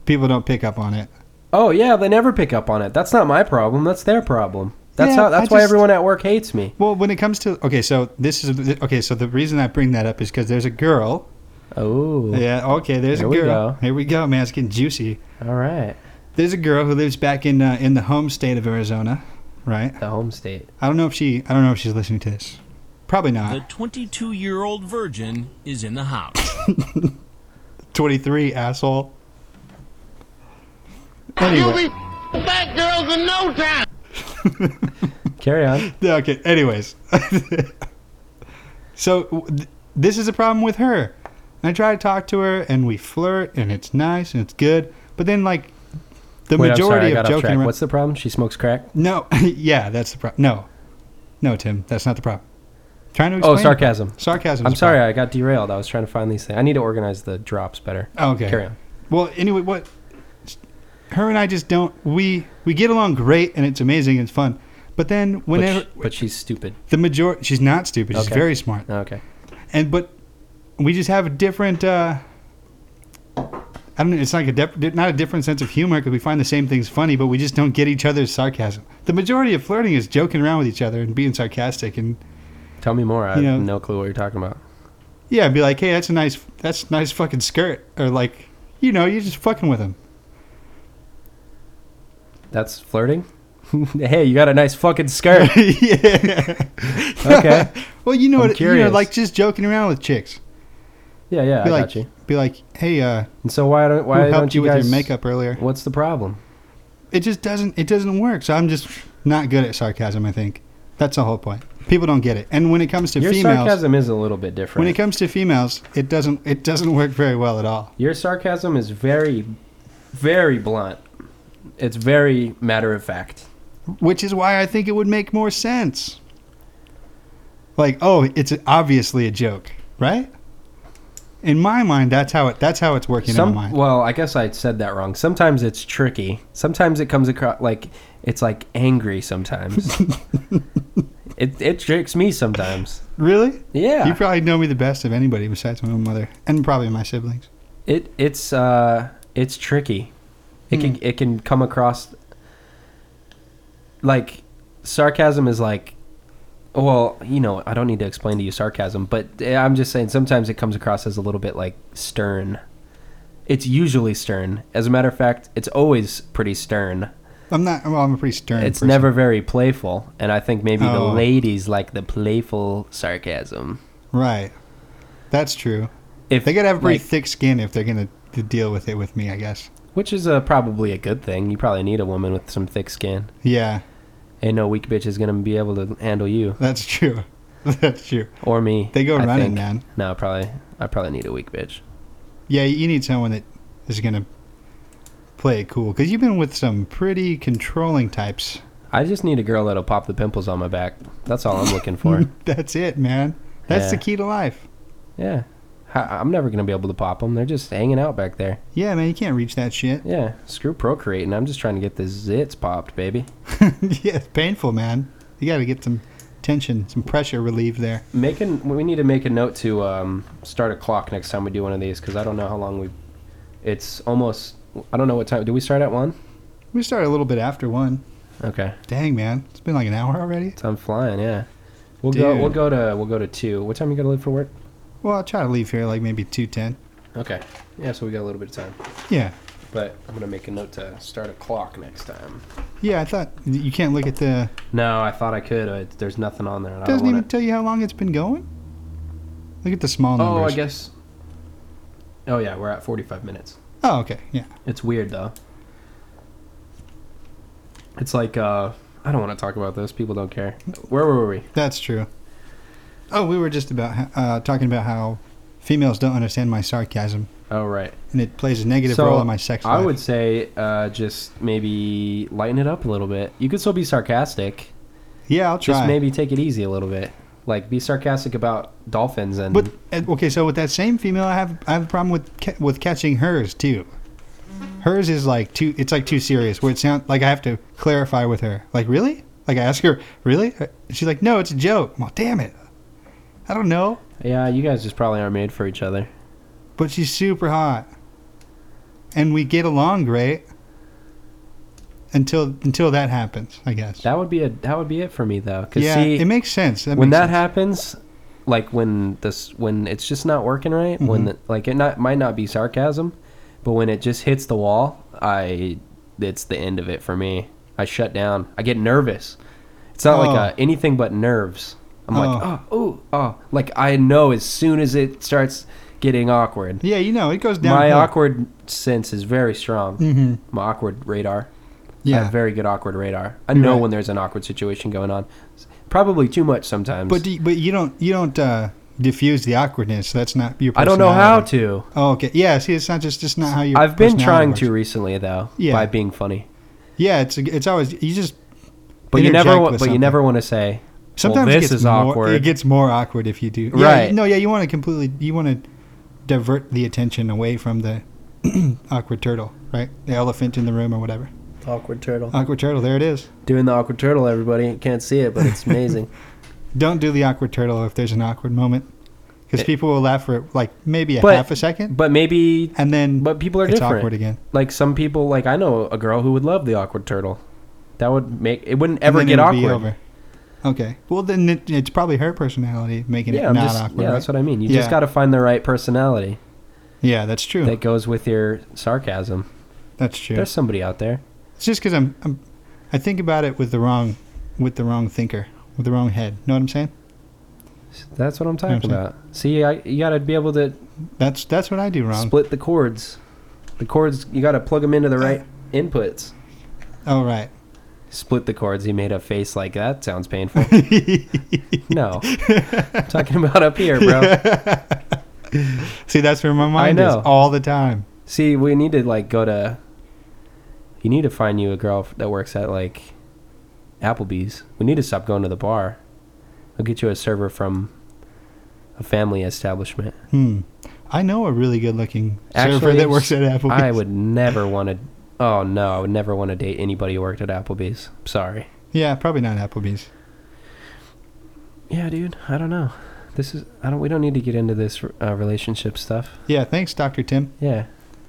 B: people don't pick up on it.
A: oh yeah, they never pick up on it. That's not my problem. That's their problem. That's
B: Yeah,
A: how.
B: I
A: That's why
B: just-
A: everyone at work hates me.
B: Well, when it comes to okay, so this is okay. So the reason I bring that up is because there's a girl.
A: Oh,
B: Yeah. Okay. There's
A: Here
B: a
A: we
B: girl.
A: go.
B: Here we go, man. It's getting juicy.
A: all right.
B: There's a girl who lives back in uh, in the home state of Arizona, right?
A: The home state.
B: I don't know if she I don't know if she's listening to this. Probably
D: The
B: not.
D: 22 year old virgin is in the house.
B: 23 asshole.
E: You'll
B: Anyway,
E: be back girls in no time.
A: Carry on.
B: Yeah, (laughs) okay. Anyways, so w- th- this is a problem with her. And I try to talk to her, and we flirt, and it's nice and it's good. But then, like, the
A: Wait,
B: majority
A: I'm sorry, I
B: of
A: got off
B: joking
A: track.
B: around.
A: What's the problem? She smokes crack.
B: No, (laughs) yeah, that's the problem. No, no, Tim, that's not the problem. Trying to
A: Oh,
B: explain
A: sarcasm.
B: Sarcasm.
A: I'm sorry, I got derailed. I was trying to find these things. I need to organize the drops better.
B: Oh, Okay.
A: Carry on.
B: Well, anyway, what her and I just don't we we get along great and it's amazing and fun. But then
A: But,
B: whenever
A: sh- but she's stupid.
B: the majority she's not stupid, she's
A: Okay.
B: very smart.
A: Okay.
B: And but we just have a different uh I don't know, it's like a dep not a different sense of humor because we find the same things funny, but we just don't get each other's sarcasm. The majority of flirting is joking around with each other and being sarcastic and
A: Tell me more. I
B: You know-
A: have no clue what you're talking about.
B: Yeah, and be like, hey, that's a nice, that's a nice fucking skirt, or like, you know, you're just fucking with him.
A: That's flirting? (laughs) hey, you got a nice fucking
B: (laughs)
A: skirt.
B: yeah.
A: Okay.
B: well, you know
A: I'm
B: what? You know,
A: curious.
B: like just joking around with chicks.
A: Yeah, yeah, I
B: Be like,
A: got you.
B: be like, hey, uh,
A: And so why don't
B: who
A: why
B: helped
A: don't you,
B: you with
A: guys
B: your makeup earlier?
A: What's the problem?
B: It just doesn't, it doesn't work. So I'm just not good at sarcasm. I think that's the whole point. People don't get it. And when it comes to
A: Your
B: females,
A: sarcasm is a little bit
B: when it
A: different.
B: comes to females, it doesn't, it doesn't work very well at all.
A: Your sarcasm is very very blunt. It's very matter of fact.
B: which is why I think it would make more sense. Like, oh, it's obviously a joke, right? In my mind, that's how it. That's how it's working in my
A: Some,
B: mind.
A: well, I guess I said that wrong. Sometimes it's tricky. Sometimes it comes across like it's like angry sometimes. it it tricks me sometimes.
B: Really?
A: Yeah.
B: You probably know me the best of anybody besides my own mother and probably my siblings.
A: It it's uh it's tricky. It can it can come across like sarcasm is like well, you know, I don't need to explain to you sarcasm, but eh, I'm just saying sometimes it comes across as a little bit like stern. It's usually stern. As a matter of fact, it's always pretty stern.
B: I'm not. Well, I'm a pretty stern.
A: It's
B: person.
A: never very playful, and I think maybe the
B: Oh.
A: ladies like the playful sarcasm.
B: right. That's true.
A: If
B: They gotta have a pretty
A: like-
B: thick skin if they're gonna to deal with it with me. I guess.
A: which is uh, probably a good thing. You probably need a woman with some thick skin.
B: Yeah,
A: Ain't no weak bitch is gonna be able to handle you
B: that's true. (laughs) that's true.
A: or me.
B: They go
A: I
B: running,
A: think.
B: man.
A: No, probably. I probably need a weak bitch.
B: Yeah, you need someone that is gonna play it cool because you've been with some pretty controlling types.
A: I just need a girl that'll pop the pimples on my back. That's all I'm looking
B: (laughs)
A: for.
B: That's it, man. That's the
A: Yeah.
B: key to life.
A: yeah, I, I'm never gonna be able to pop them. They're just hanging out back there.
B: Yeah, man, you can't reach that shit. (laughs)
A: Yeah, screw procreating. I'm just trying to get the zits popped, baby.
B: yeah, it's painful, man. You got to get some tension, some pressure relieved there.
A: Making we need to make a note to um, start a clock next time we do one of these because I don't know how long we. It's almost. I don't know what time. Do we start at one?
B: We started a little bit after one.
A: Okay.
B: Dang, man, it's been like an hour already.
A: Time flying. Yeah. We'll go.
B: Dude.
A: We'll go to. We'll go to two. What time you gotta leave for work?
B: Well, I'll try to leave here like maybe two ten.
A: Okay. Yeah, so we got a little bit of time.
B: Yeah,
A: But I'm going to make a note to start a clock next time.
B: yeah. I thought you can't look at the.
A: No, I thought I could. I, there's nothing on there. And I
B: Doesn't
A: don't
B: even
A: wanna-
B: tell you how long it's been going. Look at the small
A: Oh,
B: numbers.
A: I guess. Oh, yeah, we're at 45 minutes.
B: Oh, okay. Yeah.
A: It's weird, though. It's like, uh, I don't want to talk about this. People don't care. Where were we?
B: That's true. Oh, we were just about ho- uh, talking about how females don't understand my sarcasm,
A: Oh, right.
B: and it plays a negative
A: So,
B: role in my sex
A: I
B: life.
A: would say uh, just maybe lighten it up a little bit. You could still be sarcastic.
B: yeah, I'll try.
A: Just maybe take it easy a little bit. Like, be sarcastic about dolphins and.
B: But uh, okay, so with that same female, I have I have a problem with ca- with catching hers too. Hers is like too. It's like too serious. Where it sounds like I have to clarify with her. Like really? Like I ask her really? And She's like, no, it's a joke. Well, damn it. I don't know.
A: yeah, you guys just probably aren't made for each other.
B: But she's super hot, and we get along great. Until until that happens, I guess.
A: That would be a that would be it for me though. Cause
B: yeah,
A: see,
B: it makes sense. That
A: when
B: makes
A: that
B: sense.
A: happens, like when this when it's just not working right,
B: Mm-hmm.
A: when the, like it not might not be sarcasm, but when it just hits the wall, I it's the end of it for me. I shut down. I get nervous. It's not like
B: Oh.
A: a, anything but nerves. I'm like,
B: Oh.
A: oh, oh, oh. Like I know as soon as it starts getting awkward.
B: Yeah, you know, it goes down.
A: My awkward sense is very strong.
B: Mhm.
A: My awkward radar. I
B: Yeah.
A: have very good awkward radar. I know
B: right.
A: when there's an awkward situation going on. S- Probably too much sometimes.
B: But do you, but you don't you don't uh, diffuse the awkwardness. That's not your.
A: I don't know how
B: personality.
A: to.
B: Oh, okay. Yeah. See, it's not just just not how you.
A: I've been trying to recently though
B: Yeah.
A: by being funny.
B: Yeah, it's it's always you just.
A: But you never
B: interject
A: wa-
B: with
A: but you
B: something.
A: never want to say
B: Sometimes
A: well,
B: it
A: this
B: gets
A: is
B: more,
A: awkward.
B: It gets more awkward if you do. Yeah,
A: Right.
B: no. Yeah. You want to completely. You want to divert the attention away from the (clears throat) awkward turtle, right? The elephant in the room or whatever.
A: awkward turtle.
B: Awkward turtle. There it is.
A: (laughs) Doing the awkward turtle everybody can't see it but
B: (laughs)
A: it's amazing.
B: Don't do the awkward turtle if there's an awkward moment, because
A: It-
B: people will laugh for like maybe a
A: Eh. But-
B: half a second,
A: but maybe
B: and then
A: but people are
B: it's
A: different.
B: awkward again.
A: Like some people like I know a girl who would love the awkward turtle. That would make it wouldn't ever
B: and
A: get
B: then it'll
A: awkward.
B: be over. Okay. Well, then it, it's probably her personality making
A: Yeah,
B: it
A: I'm
B: not
A: just,
B: awkward.
A: yeah,
B: right?
A: that's what I mean. You
B: Yeah.
A: just got to find the right personality
B: yeah, that's true.
A: that goes with your sarcasm.
B: that's true.
A: There's somebody out there.
B: It's just because I'm, I'm, I think about it with the wrong, with the wrong thinker, with the wrong head. Know what I'm saying?
A: That's what I'm
B: what I'm
A: talking
B: saying?
A: about. See, I, you got to be able to
B: That's that's what I do wrong.
A: split the chords. The chords, you got to plug them into the right inputs.
B: oh right. (laughs)
A: Split the chords. He made a face like that. Sounds
B: (laughs)
A: painful. no, I'm talking about up here, bro.
B: See, that's where my mind is
A: know.
B: all the time.
A: See, we need to like go to. You need to find you a girl that works at like Applebee's. We need to stop going to the bar. I'll get you a server from a family establishment.
B: Hmm. I know a really good-looking server
A: Actually,
B: that works at Applebee's.
A: I would never want to. Oh no, I would never want to date anybody who worked at Applebee's. Sorry.
B: Yeah, probably not Applebee's.
A: Yeah, dude. I don't know. This is. I don't. We don't need to get into this uh, relationship stuff.
B: Yeah, thanks, Doctor Tim.
A: Yeah.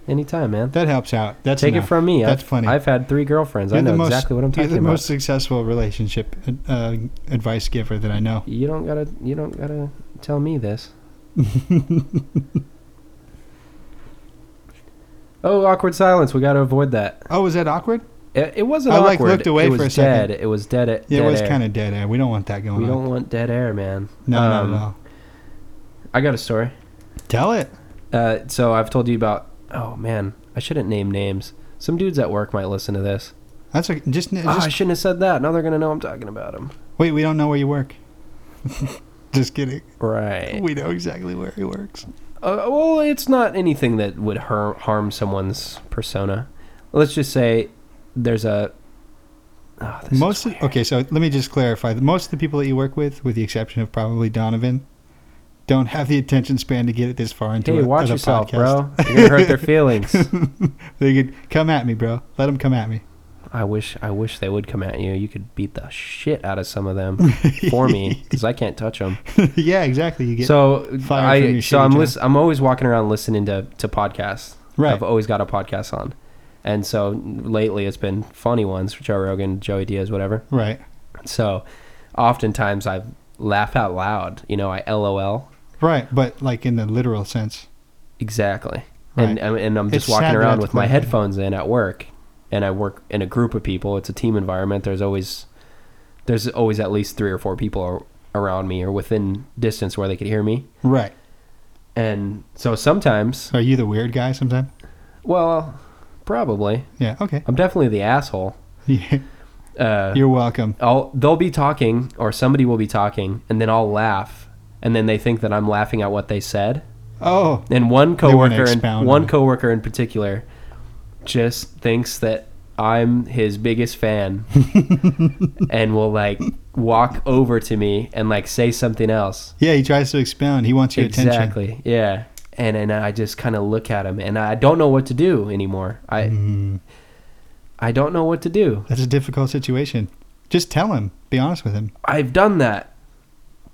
A: Anytime, man.
B: That helps out. That's
A: Take
B: enough.
A: it from me.
B: That's
A: I've,
B: funny.
A: I've had three girlfriends. I
B: You're the
A: know
B: most-
A: exactly what I'm
B: You're
A: talking
B: the
A: about.
B: most successful relationship uh, advice giver that I know.
A: You don't gotta. You don't gotta tell me
B: (laughs)
A: this. oh, awkward silence. We gotta avoid that.
B: Oh, is that awkward?
A: It, it wasn't
B: I,
A: awkward.
B: like, looked away
A: it was
B: for a
A: dead.
B: second.
A: It was dead. It,
B: Yeah,
A: dead
B: it was
A: air.
B: kind of dead air. We don't want that going
A: We
B: on.
A: don't want dead air, man.
B: no,
A: Um,
B: not at all.
A: I got a story.
B: Tell it.
A: Uh, so I've told you about. Oh man, I shouldn't name names. Some dudes at work might listen to this.
B: That's a, just, just
A: Ah, I shouldn't have said that. Now they're gonna know I'm talking about them.
B: wait. We don't know where you work. (laughs) just kidding.
A: Right.
B: We know exactly where he works.
A: Uh, well, it's not anything that would har- harm someone's persona. Let's just say there's a. Oh, this is
B: Most of,
A: weird.
B: okay. So let me just clarify. Most of the people that you work with, with the exception of probably Donovan, don't have the attention span to get it this far into
A: Hey,
B: a,
A: watch
B: the
A: yourself,
B: podcast.
A: bro. You're gonna hurt
B: (laughs)
A: their feelings.
B: They could come at me, bro. Let them come at me. (laughs)
A: I wish, I wish they would come at you. You could beat the shit out of some of
B: (laughs)
A: them for me because I can't touch them.
B: yeah, exactly. You get
A: so
B: fired from
A: I
B: your
A: so
B: shitty
A: I'm
B: job.
A: lis- I'm always walking around listening to to podcasts.
B: Right.
A: I've always got a podcast on, and so lately it's been funny ones, Joe Rogan, Joey Diaz, whatever.
B: right.
A: So oftentimes I laugh out loud. You know, I LOL.
B: Right, but like in the literal sense.
A: Exactly. And,
B: Right.
A: and and I'm just
B: It's sad
A: walking
B: that
A: around
B: that's
A: with my
B: what-
A: headphones in at work, and I work in a group of people. It's a team environment. There's always there's always at least three or four people ar- around me or within distance where they could hear me.
B: Right.
A: And so sometimes,
B: So are you the weird guy sometimes?
A: well, probably
B: Yeah. Okay. (laughs)
A: I'm definitely the asshole.
B: Yeah.
A: Uh,
B: You're welcome.
A: I'll, they'll be talking, or somebody will be talking, and then I'll laugh, and then they think that I'm laughing at what they said.
B: Oh, (laughs)
A: And one
B: They wanna
A: coworker,
B: expound
A: in,
B: on
A: one
B: it.
A: coworker in particular, just thinks that I'm his biggest
B: (laughs)
A: fan, and will like walk over to me and like say something else.
B: yeah. He tries to expound. He wants your attention.
A: exactly. Yeah. And and I just kind of look at him, and I don't know what to do anymore. I
B: Mm-hmm.
A: I don't know what to do.
B: That's a difficult situation. Just tell him. Be honest with him.
A: I've done that,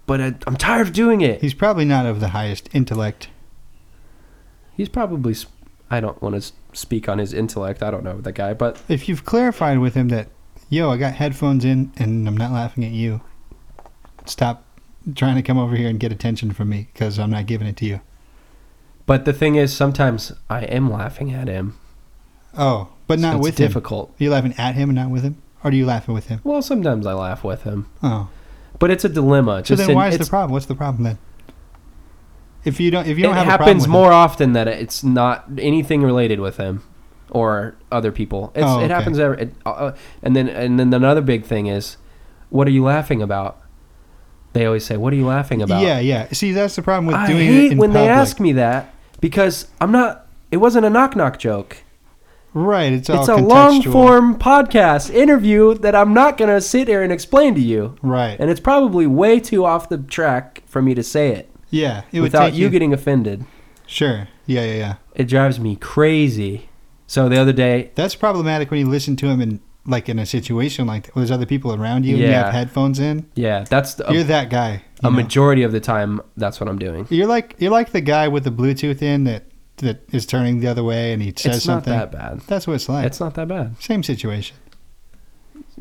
A: but I, I'm tired of doing it.
B: He's probably not of the highest intellect.
A: He's probably. s- I don't want to speak on his intellect. I don't know the guy, but
B: If you've clarified with him that, yo, I got headphones in and I'm not laughing at you. Stop trying to come over here and get attention from me because I'm not giving it to you.
A: but the thing is, sometimes I am laughing at him.
B: Oh, But not
A: it's
B: with him.
A: difficult.
B: Are you laughing at him and not with him? Or are you laughing with him?
A: Well, sometimes I laugh with him,
B: Oh.
A: but it's a dilemma.
B: So
A: Just
B: then
A: in-
B: why is the
A: it's-
B: problem? What's the problem then? If you don't if you
A: it
B: don't have a problem
A: happens
B: with him-
A: more often that it's not anything related with him or other people. It's,
B: Oh,
A: It
B: okay.
A: happens every, it, uh, uh, and then and then another big thing is, what are you laughing about? They always say, "What are you laughing about?"
B: Yeah, yeah. See, that's the problem with
A: I
B: doing
A: hate
B: it in
A: when
B: public.
A: they ask me that because I'm not. It wasn't a knock knock joke.
B: Right, it's all
A: It's a
B: contextual.
A: long form podcast interview that I'm not gonna sit here and explain to you.
B: Right.
A: And it's probably way too off the track for me to say it
B: yeah, it would
A: without
B: take
A: you getting offended.
B: Sure. Yeah, yeah, yeah.
A: It drives me crazy. So the other day,
B: That's problematic when you listen to him in like in a situation like that. where There's other people around you and you
A: Yeah.
B: have headphones in.
A: yeah, that's the,
B: You're
A: a,
B: that guy. you
A: a
B: know.
A: majority of the time. That's what I'm doing.
B: You're like you're like the guy with the Bluetooth in that that is turning the other way and he says
A: It's not
B: something.
A: that bad.
B: That's what it's like.
A: It's not that bad.
B: Same situation.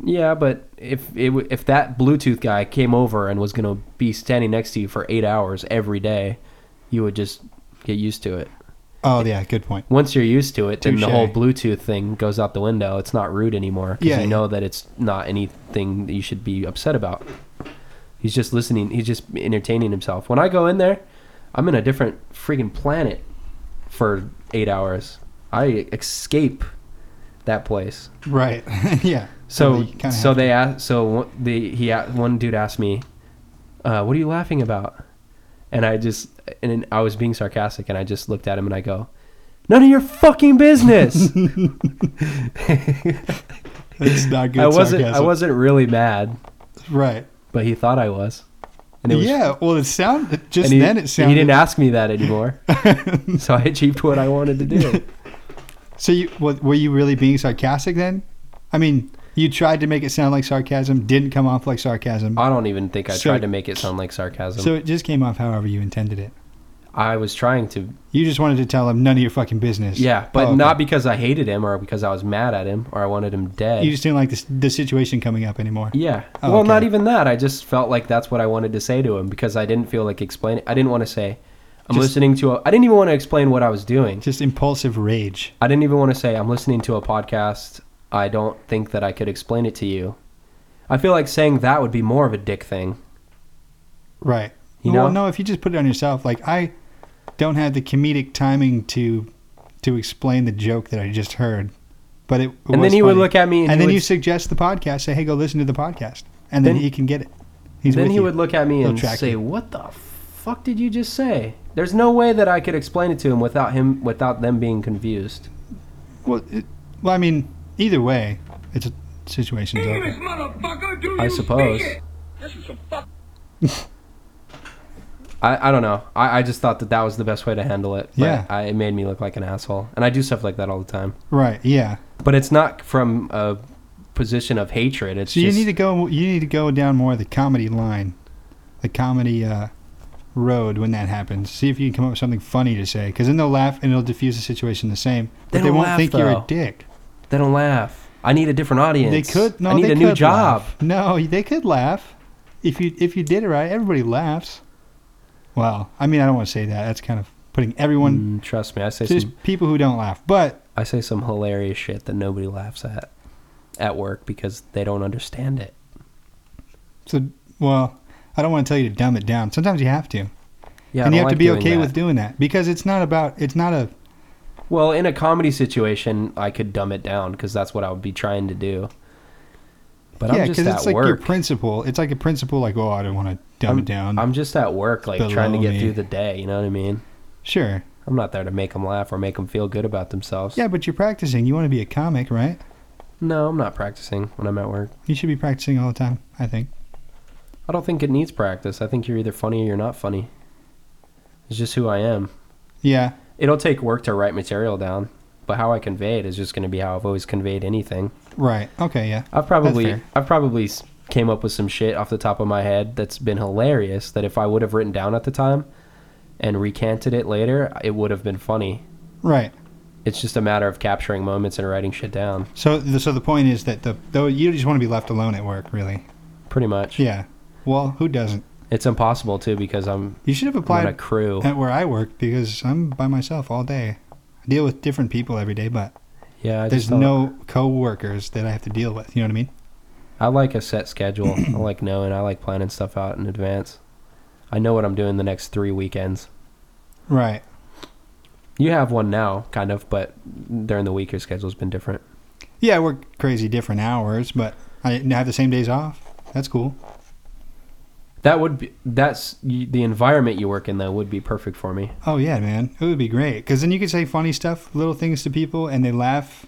A: Yeah, but if it, w- if that Bluetooth guy came over and was going to be standing next to you for eight hours every day, you would just get used to it.
B: Oh yeah, good point.
A: Once you're used to it, then the
B: Touche.
A: whole Bluetooth thing goes out the window. It's not rude anymore because
B: Yeah,
A: you
B: yeah.
A: know that it's not anything that you should be upset about. He's just listening. He's just entertaining himself. When I go in there, I'm in a different freaking planet for eight hours. I escape that place.
B: Right. (laughs) yeah.
A: So
B: you kinda
A: so
B: have-
A: they asked. So one- the he a- one dude asked me, uh, "What are you laughing about?" And I just and then I was being sarcastic, and I just looked at him and I go, "None of your fucking
B: (laughs)
A: business." (laughs)
B: it's not good.
A: (laughs) I wasn't I
B: sarcasm.
A: wasn't really mad,
B: right.
A: but he thought I was. And
B: Yeah. Well, it sounded just
A: and he,
B: then it sounded.
A: he didn't ask me that
B: (laughs)
A: anymore, so I achieved what I wanted to do.
B: So you what, were you really being sarcastic then? I mean, you tried to make it sound like sarcasm, didn't come off like sarcasm.
A: I don't even think I
B: So-
A: tried to make it sound like sarcasm.
B: so it just came off however you intended it.
A: I was trying to
B: You just wanted to tell him none of your fucking business.
A: Yeah, but
B: Oh, okay.
A: not because I hated him or because I was mad at him or I wanted him dead.
B: You just didn't like this, the situation coming up anymore.
A: yeah.
B: Oh,
A: well,
B: okay.
A: not even that. I just felt like that's what I wanted to say to him because I didn't feel like explaining. I didn't want to say, I'm
B: Just-
A: listening to a. I didn't even want to explain what I was doing.
B: Just impulsive rage.
A: I didn't even want to say, I'm listening to a podcast. I don't think that I could explain it to you. I feel like saying that would be more of a dick thing.
B: Right.
A: You
B: well,
A: know?
B: no, if you just put it on yourself, like I don't have the comedic timing to to explain the joke that I just heard. But it, it
A: And
B: was
A: then he would
B: funny.
A: look at me and
B: and
A: he
B: then
A: would-
B: you suggest the podcast, say, "Hey, go listen to the podcast," and then,
A: Then-
B: he can get it. He's
A: then
B: with
A: he
B: you.
A: would look at me
B: He'll
A: and
B: track
A: say,
B: you.
A: "What the fuck did you just say?" There's no way that I could explain it to him without him without them being confused.
B: Well, it, well, I mean, either way, it's a situation's over.
A: I suppose. I, I don't know. I, I just thought that that was the best way to handle it. but
B: Yeah.
A: I, it made me look like an asshole. And I do stuff like that all the time.
B: Right? Yeah.
A: But it's not from a position of hatred. It's
B: So
A: just.
B: you need to go. You need to go down more the comedy line, the comedy uh, road when that happens. See if you can come up with something funny to say, because then they'll laugh and it'll diffuse the situation the same.
A: They
B: But they
A: don't
B: won't
A: laugh,
B: think you're a
A: though.
B: dick.
A: they don't laugh. I need a different audience.
B: They could. No,
A: I need
B: they
A: a new
B: could
A: job.
B: laugh. No, they could laugh. If you if you did it right, everybody laughs. Well, I mean, I don't want to say that. That's kind of putting everyone.
A: Mm, trust me, I say
B: There's
A: some
B: people who don't laugh, but
A: I say some hilarious shit that nobody laughs at at work because they don't understand it.
B: so well. I don't want to tell you to dumb it down. Sometimes you have to,
A: Yeah,
B: and
A: I
B: you have
A: don't
B: to be
A: like
B: okay
A: doing
B: with
A: that.
B: doing that because it's not about. It's not a
A: Well, in a comedy situation, I could dumb it down because that's what I would be trying to do. But I'm just at
B: it's like
A: work.
B: your principle. It's like a principle, like oh, I don't want to dumb
A: I'm,
B: it down.
A: I'm just at work, like trying to
B: below
A: get
B: me.
A: through the day. You know what I mean?
B: sure,
A: I'm not there to make them laugh or make them feel good about themselves.
B: yeah, but you're practicing. You want to be a comic, right?
A: No, I'm not practicing when I'm at work.
B: You should be practicing all the time. I think.
A: I don't think it needs practice. I think you're either funny or you're not funny. It's just who I am.
B: Yeah,
A: It'll take work to write material down, but how I convey it is just going to be how I've always conveyed anything.
B: right. Okay, yeah.
A: I've probably
B: fair.
A: I've probably s- came up with some shit off the top of my head that's been hilarious that if I would have written down at the time and recanted it later, it would have been funny.
B: Right.
A: It's just a matter of capturing moments and writing shit down,
B: So, the, so the point is that the though you just want to be left alone at work, really.
A: pretty much.
B: Yeah. Well, who doesn't?
A: It's impossible too because I'm,
B: You should have
A: I'm on
B: applied
A: a crew.
B: at where I work because I'm by myself all day. I deal with different people every day, but
A: Yeah, I just
B: There's
A: don't-
B: no coworkers that I have to deal with. You know what I mean?
A: I like a set schedule.
B: (clears throat)
A: I like knowing. I like planning stuff out in advance. I know what I'm doing the next three weekends.
B: Right.
A: You have one now, kind of, but during the week your schedule's been different.
B: Yeah, I work crazy different hours, but I have the same days off. That's cool.
A: That would be that's you, the environment you work in though would be perfect for me.
B: Oh yeah, man, it would be great because then you could say funny stuff, little things to people, and they laugh.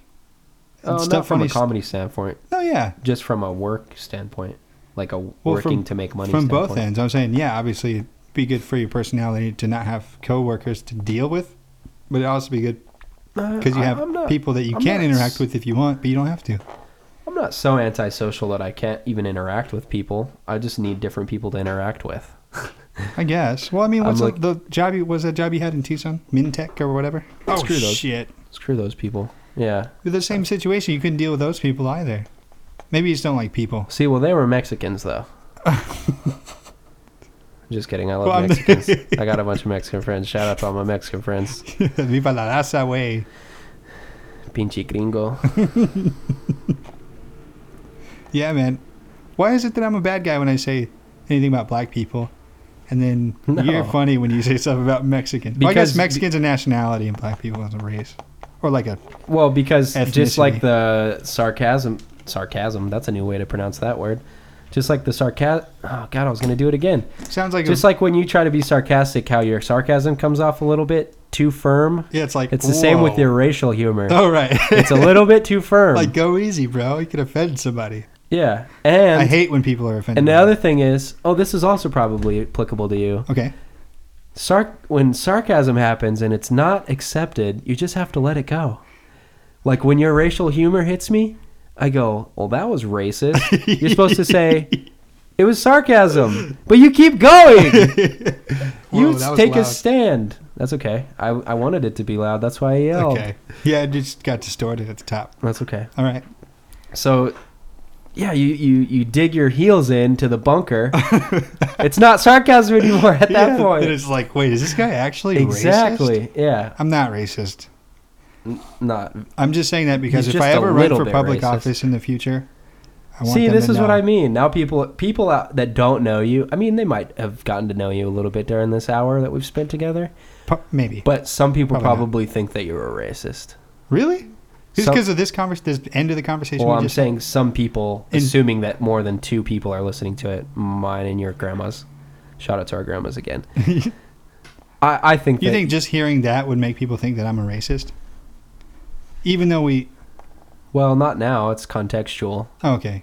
B: and
A: Oh,
B: stuff
A: not from
B: funny
A: a
B: s-
A: comedy standpoint,
B: No, yeah,
A: just from a work standpoint, like a
B: Well,
A: working
B: from-
A: to make money
B: from
A: standpoint.
B: both ends. I'm saying, yeah, obviously, it'd be good for your personality to not have coworkers to deal with, but it'd also be good because you
A: Uh, I-
B: have
A: I'm not-
B: people that you
A: I'm
B: can
A: not
B: interact
A: s-
B: with if you want, but you don't have to.
A: I'm not so antisocial that I can't even interact with people. I just need different people to interact with.
B: I guess. Well, I mean,
A: I'm
B: what's
A: look-
B: the, the job? You, was that job you had in Tucson, MinTech or whatever? Oh
A: Screw those.
B: shit!
A: Screw those people. Yeah.
B: The same situation. You couldn't deal with those people either. Maybe you just don't like people.
A: (laughs) See, well, they were Mexicans though. (laughs) just kidding. I love
B: Well, I'm-
A: Mexicans.
B: (laughs)
A: I got a bunch of Mexican friends. Shout out to all my Mexican friends.
B: Viva la raza way.
A: Pinche gringo.
B: Yeah, man. Why is it that I'm a bad guy when I say anything about black people? And then
A: No.
B: you're funny when you say stuff about Mexicans. Well, I
A: Because-
B: guess Mexicans are nationality and black people is a race. Or like a
A: Well, because just
B: Ethnicity.
A: like the sarcasm, sarcasm. That's a new way to pronounce that word. Just like the sarcasm. Oh God, I was gonna do it again.
B: sounds like
A: Just
B: a,
A: like when you try to be sarcastic, how your sarcasm comes off a little bit too firm.
B: yeah, it's like
A: It's the same with
B: whoa. (laughs)
A: your racial humor.
B: Oh right.
A: It's a
B: (laughs)
A: little bit too firm.
B: like go easy, bro. You could offend somebody.
A: yeah, and
B: I hate when people are offended.
A: and the
B: by
A: other thing is, oh, this is also probably applicable to you.
B: that. Okay.
A: Sarc when sarcasm happens and it's not accepted, you just have to let it go. Like when your racial humor hits me, I go, "Well, that was racist." You're supposed to
B: (laughs)
A: say, "It was sarcasm," but (laughs) you keep going.
B: (laughs) Whoa,
A: you
B: that was
A: take a
B: loud.
A: stand. That's okay. I, I wanted it to be loud. That's why I yelled.
B: Okay. Yeah, it just got distorted at the top.
A: That's okay.
B: All right. (laughs)
A: So, yeah, you, you you dig your heels into the
B: (laughs)
A: bunker. it's not sarcasm anymore at that
B: Yeah,
A: point.
B: Then it's like, wait, is this guy actually racist?
A: exactly. Yeah.
B: I'm not racist.
A: Not
B: I'm just saying that because
A: He's
B: if I
A: just a
B: ever run
A: little
B: for
A: bit
B: public
A: racist.
B: office in the future, I want
A: See,
B: them
A: this
B: to
A: is what
B: know.
A: I mean. Now people people out that don't know you, I mean, they might have gotten to know you a little bit during this hour that we've spent together,
B: Pu- maybe.
A: but some people
B: Probably not.
A: probably think that you're a racist.
B: really? Just
A: Some-
B: because of this convers this end of the conversation.
A: Well,
B: we
A: I'm
B: just
A: saying some people,
B: In-
A: assuming that more than two people are listening to it, mine and your grandmas. Shout out to our grandmas
B: (laughs)
A: again. I, I think
B: you
A: that,
B: think just hearing that would make people think that I'm a racist? Even though we
A: well, not now. It's contextual.
B: oh, okay,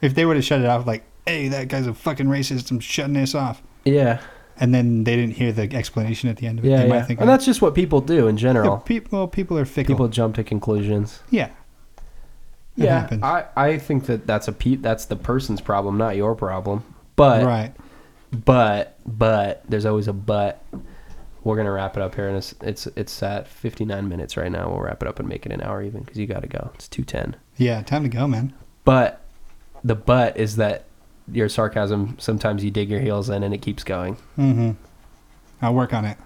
B: if they were to shut it off, like, hey, that guy's a fucking racist. I'm shutting this off.
A: Yeah,
B: And then they didn't hear the explanation at the end of it.
A: yeah,
B: they might
A: yeah.
B: think
A: And
B: I'm-
A: that's just what people do in
B: Yeah,
A: general.
B: peop- well, people are fickle.
A: People jump to conclusions.
B: yeah. It
A: yeah,
B: happens.
A: I, I think that that's a pe- that's the person's problem, not your problem. But
B: right.
A: but but there's always a but. We're gonna wrap it up here, and it's it's it's at 59 minutes right now. We'll wrap it up and make it an hour even because you got to go. It's 2:10.
B: Yeah. Time to go, man.
A: But the but is that your sarcasm. Sometimes you dig your heels in, and it keeps going.
B: Mm-hmm. I'll work on it.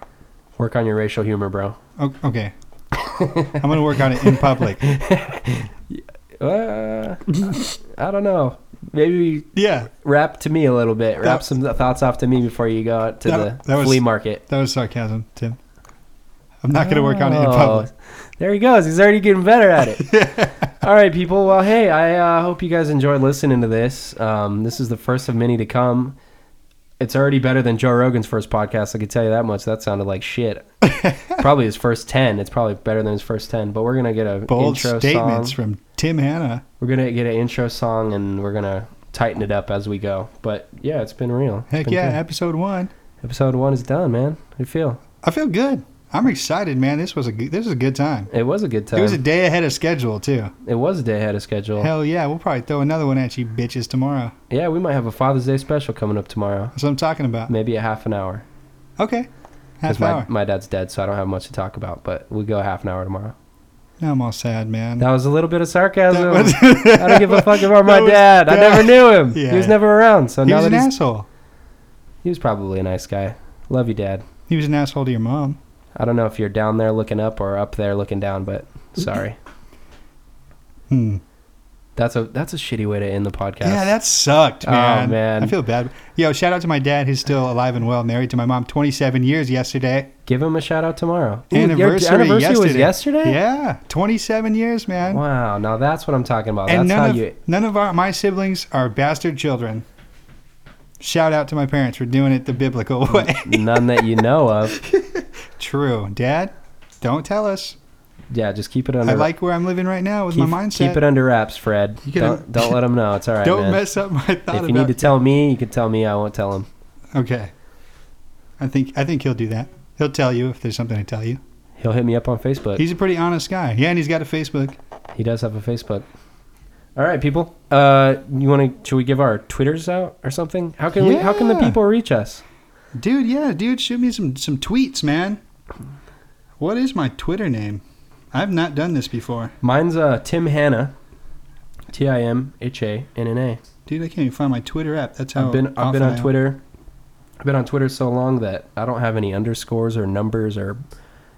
A: Work on your racial humor, bro.
B: O- Okay. I'm gonna work on it
A: (laughs)
B: in public.
A: Uh, I don't know. Maybe
B: Yeah,
A: rap to me a little bit. Wrap
B: That-
A: some thoughts off to me before you go out to
B: That-
A: the
B: that was-
A: flea market.
B: that was sarcasm, Tim. I'm not gonna (laughs) work on it in
A: Oh,
B: public.
A: There he goes. He's already getting better at
B: (laughs)
A: it. All right, people. Well, hey, I uh, hope you guys enjoyed listening to this. Um, this is the first of many to come. It's already better than Joe Rogan's first podcast. I can tell you that much. That sounded like shit.
B: (laughs)
A: probably his first ten. It's probably better than his first ten. But we're gonna get a
B: Bold
A: intro
B: statements
A: song.
B: from Tim Hanna.
A: We're gonna get an intro song, and we're gonna tighten it up as we go. But yeah, it's been real. It's
B: Heck
A: been
B: yeah,
A: good.
B: episode one.
A: Episode one is done, man. How do you feel?
B: I feel good. I'm excited, man. This was a good, this was a good time.
A: It was a good time.
B: It was a day ahead of schedule too.
A: a day ahead of schedule.
B: Hell yeah, we'll probably throw another one at you bitches tomorrow.
A: Yeah, we might have a Father's Day special coming up tomorrow.
B: That's what I'm talking about.
A: Maybe a half an hour.
B: Okay, half
A: Because my,
B: hour.
A: my dad's dead, so I don't have much to talk about, but we go half an hour tomorrow.
B: Now I'm all sad, man.
A: That was a little bit of sarcasm.
B: (laughs) That was-
A: (laughs) I don't give a fuck about my
B: (laughs) That was-
A: dad. I
B: that-
A: never knew him.
B: Yeah.
A: He was never around. So
B: he
A: now
B: was
A: that
B: an
A: he's,
B: asshole.
A: he was probably a nice guy. Love you, Dad.
B: He was an asshole to your mom. (laughs)
A: I don't know if you're down there looking up or up there looking down, but sorry.
B: Hmm.
A: That's a that's a shitty way to end the podcast.
B: Yeah, that sucked,
A: Oh,
B: man.
A: man.
B: I feel bad. Yo, shout out to my dad who's still alive and well, married to my mom, 27 years yesterday.
A: Give him a shout out tomorrow. Ooh, your
B: Anniversary,
A: anniversary
B: yesterday.
A: was yesterday.
B: Yeah, 27 years, man.
A: Wow. Now that's what I'm talking about.
B: and
A: that's
B: none
A: how
B: of
A: you.
B: none of our my siblings are bastard children. Shout out to my parents for doing it the
A: Mm.
B: biblical way. (laughs)
A: None that you know of.
B: True, Dad. Don't tell us.
A: Yeah, just keep it under.
B: I like where I'm living right now with
A: keep,
B: my mindset.
A: keep it under wraps, Fred.
B: You can-
A: Don't, don't let him know. It's all right,
B: Don't
A: man.
B: mess up my thought
A: if you need
B: about.
A: to tell me, you can tell me. I won't tell him.
B: okay, I think I think he'll do that. He'll tell you if there's something to tell you.
A: He'll hit me up on Facebook.
B: He's a pretty honest guy. Yeah, and he's got a Facebook.
A: He does have a Facebook. All right, people. Uh, you want to? Should we give our Twitters out or something? How can we? How can the
B: Yeah.
A: people reach us?
B: Dude, yeah, dude, shoot me some some tweets, man. What is my Twitter name? I've not done this before,
A: Mine's uh, Tim Hanna. T I M H A N N A.
B: dude. I can't even find my Twitter app. That's how
A: I've been I've
B: often
A: been
B: I
A: on
B: am.
A: Twitter. I've been on Twitter so long that I don't have any underscores or numbers or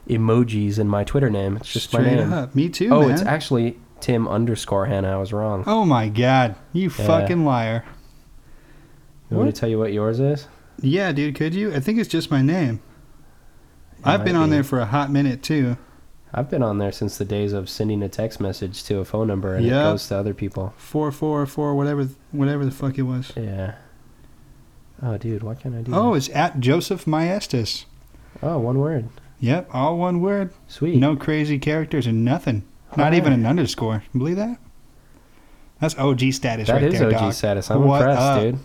A: emojis in my Twitter name. It's just my
B: Straight
A: name.
B: up. Me too,
A: oh,
B: man.
A: it's actually Tim underscore Hannah. I was wrong.
B: oh my god, you fucking liar.
A: You want me
B: What?
A: to tell you what yours is?
B: Yeah, dude, could you? I think it's just my name.
A: It
B: I've
A: might
B: been on
A: be.
B: there for a hot minute too.
A: I've been on there since the days of sending a text message to a phone number and
B: Yeah.
A: it goes to other people.
B: Four four four whatever th- whatever the fuck it was.
A: Yeah. Oh, dude, why can't I do
B: Oh,
A: that?
B: it's at Joseph Maestas.
A: Oh, one word.
B: Yep, all one word.
A: Sweet.
B: No crazy characters and nothing. Not
A: Alright.
B: even an underscore. Can you Believe that? That's OG status
A: That
B: right
A: is
B: there,
A: OG
B: dog.
A: status. I'm
B: What
A: impressed,
B: up?
A: dude.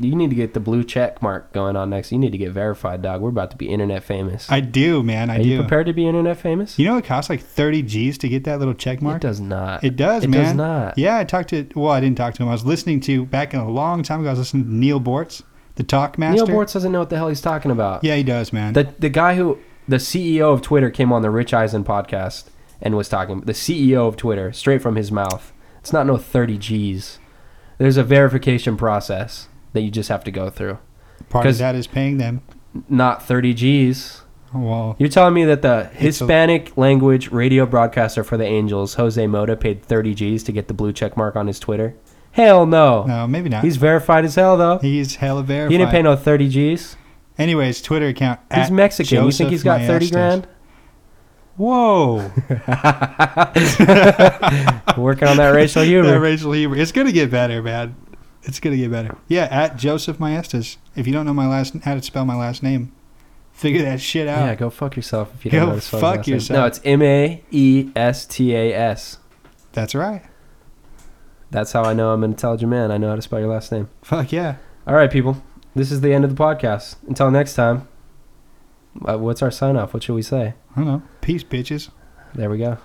A: You need to get the blue check mark going on next. You need to get verified, dog. We're about to be internet famous.
B: I do, man. I
A: Are
B: do.
A: you prepared to be internet famous?
B: You know it costs like 30 G's to get that little check mark?
A: It does not.
B: It does,
A: it
B: man.
A: does not.
B: Yeah, I talked to. Well, I didn't talk to him. I was listening to back in a long time ago. I was listening to Neil Bortz, the Talk Master.
A: Neil Bortz doesn't know what the hell he's talking about.
B: Yeah, he does, man.
A: The the guy who the CEO of Twitter came on the Rich Eisen podcast and was talking the CEO of Twitter straight from his mouth. It's not no 30 G's. There's a verification process that you just have to go through.
B: Part of
A: 'cause-
B: that is paying them.
A: Not 30 G's.
B: Well,
A: You're telling me that the
B: a-
A: Hispanic language radio broadcaster for the Angels, Jose Mota, paid 30 G's to get the blue check mark on his Twitter? Hell no.
B: no, maybe not.
A: He's
B: He's,
A: verified as hell though. He,
B: he's hella verified.
A: didn't pay no 30 G's.
B: Anyways, Twitter account.
A: He's
B: at
A: Mexican. you think
B: Joseph
A: he's got 30
B: Maestas.
A: grand?
B: Whoa. (laughs)
A: (laughs) Working on that racial humor.
B: that racial humor. It's going to get better, man. It's going to get better. Yeah, at Joseph Maestas. If you don't know my last, how to spell my last name, figure that shit out.
A: Yeah, go fuck yourself if you
B: Go
A: don't know this
B: fuck
A: fuck yourself.
B: yourself.
A: No, it's M A E S T A S.
B: That's right.
A: That's how I know I'm an intelligent man. I know how to spell your last name.
B: Fuck yeah.
A: All right, people. This is the end of the podcast. Until next time. uh, What's our sign off? What should we say?
B: I don't know. Peace, bitches.
A: There we go.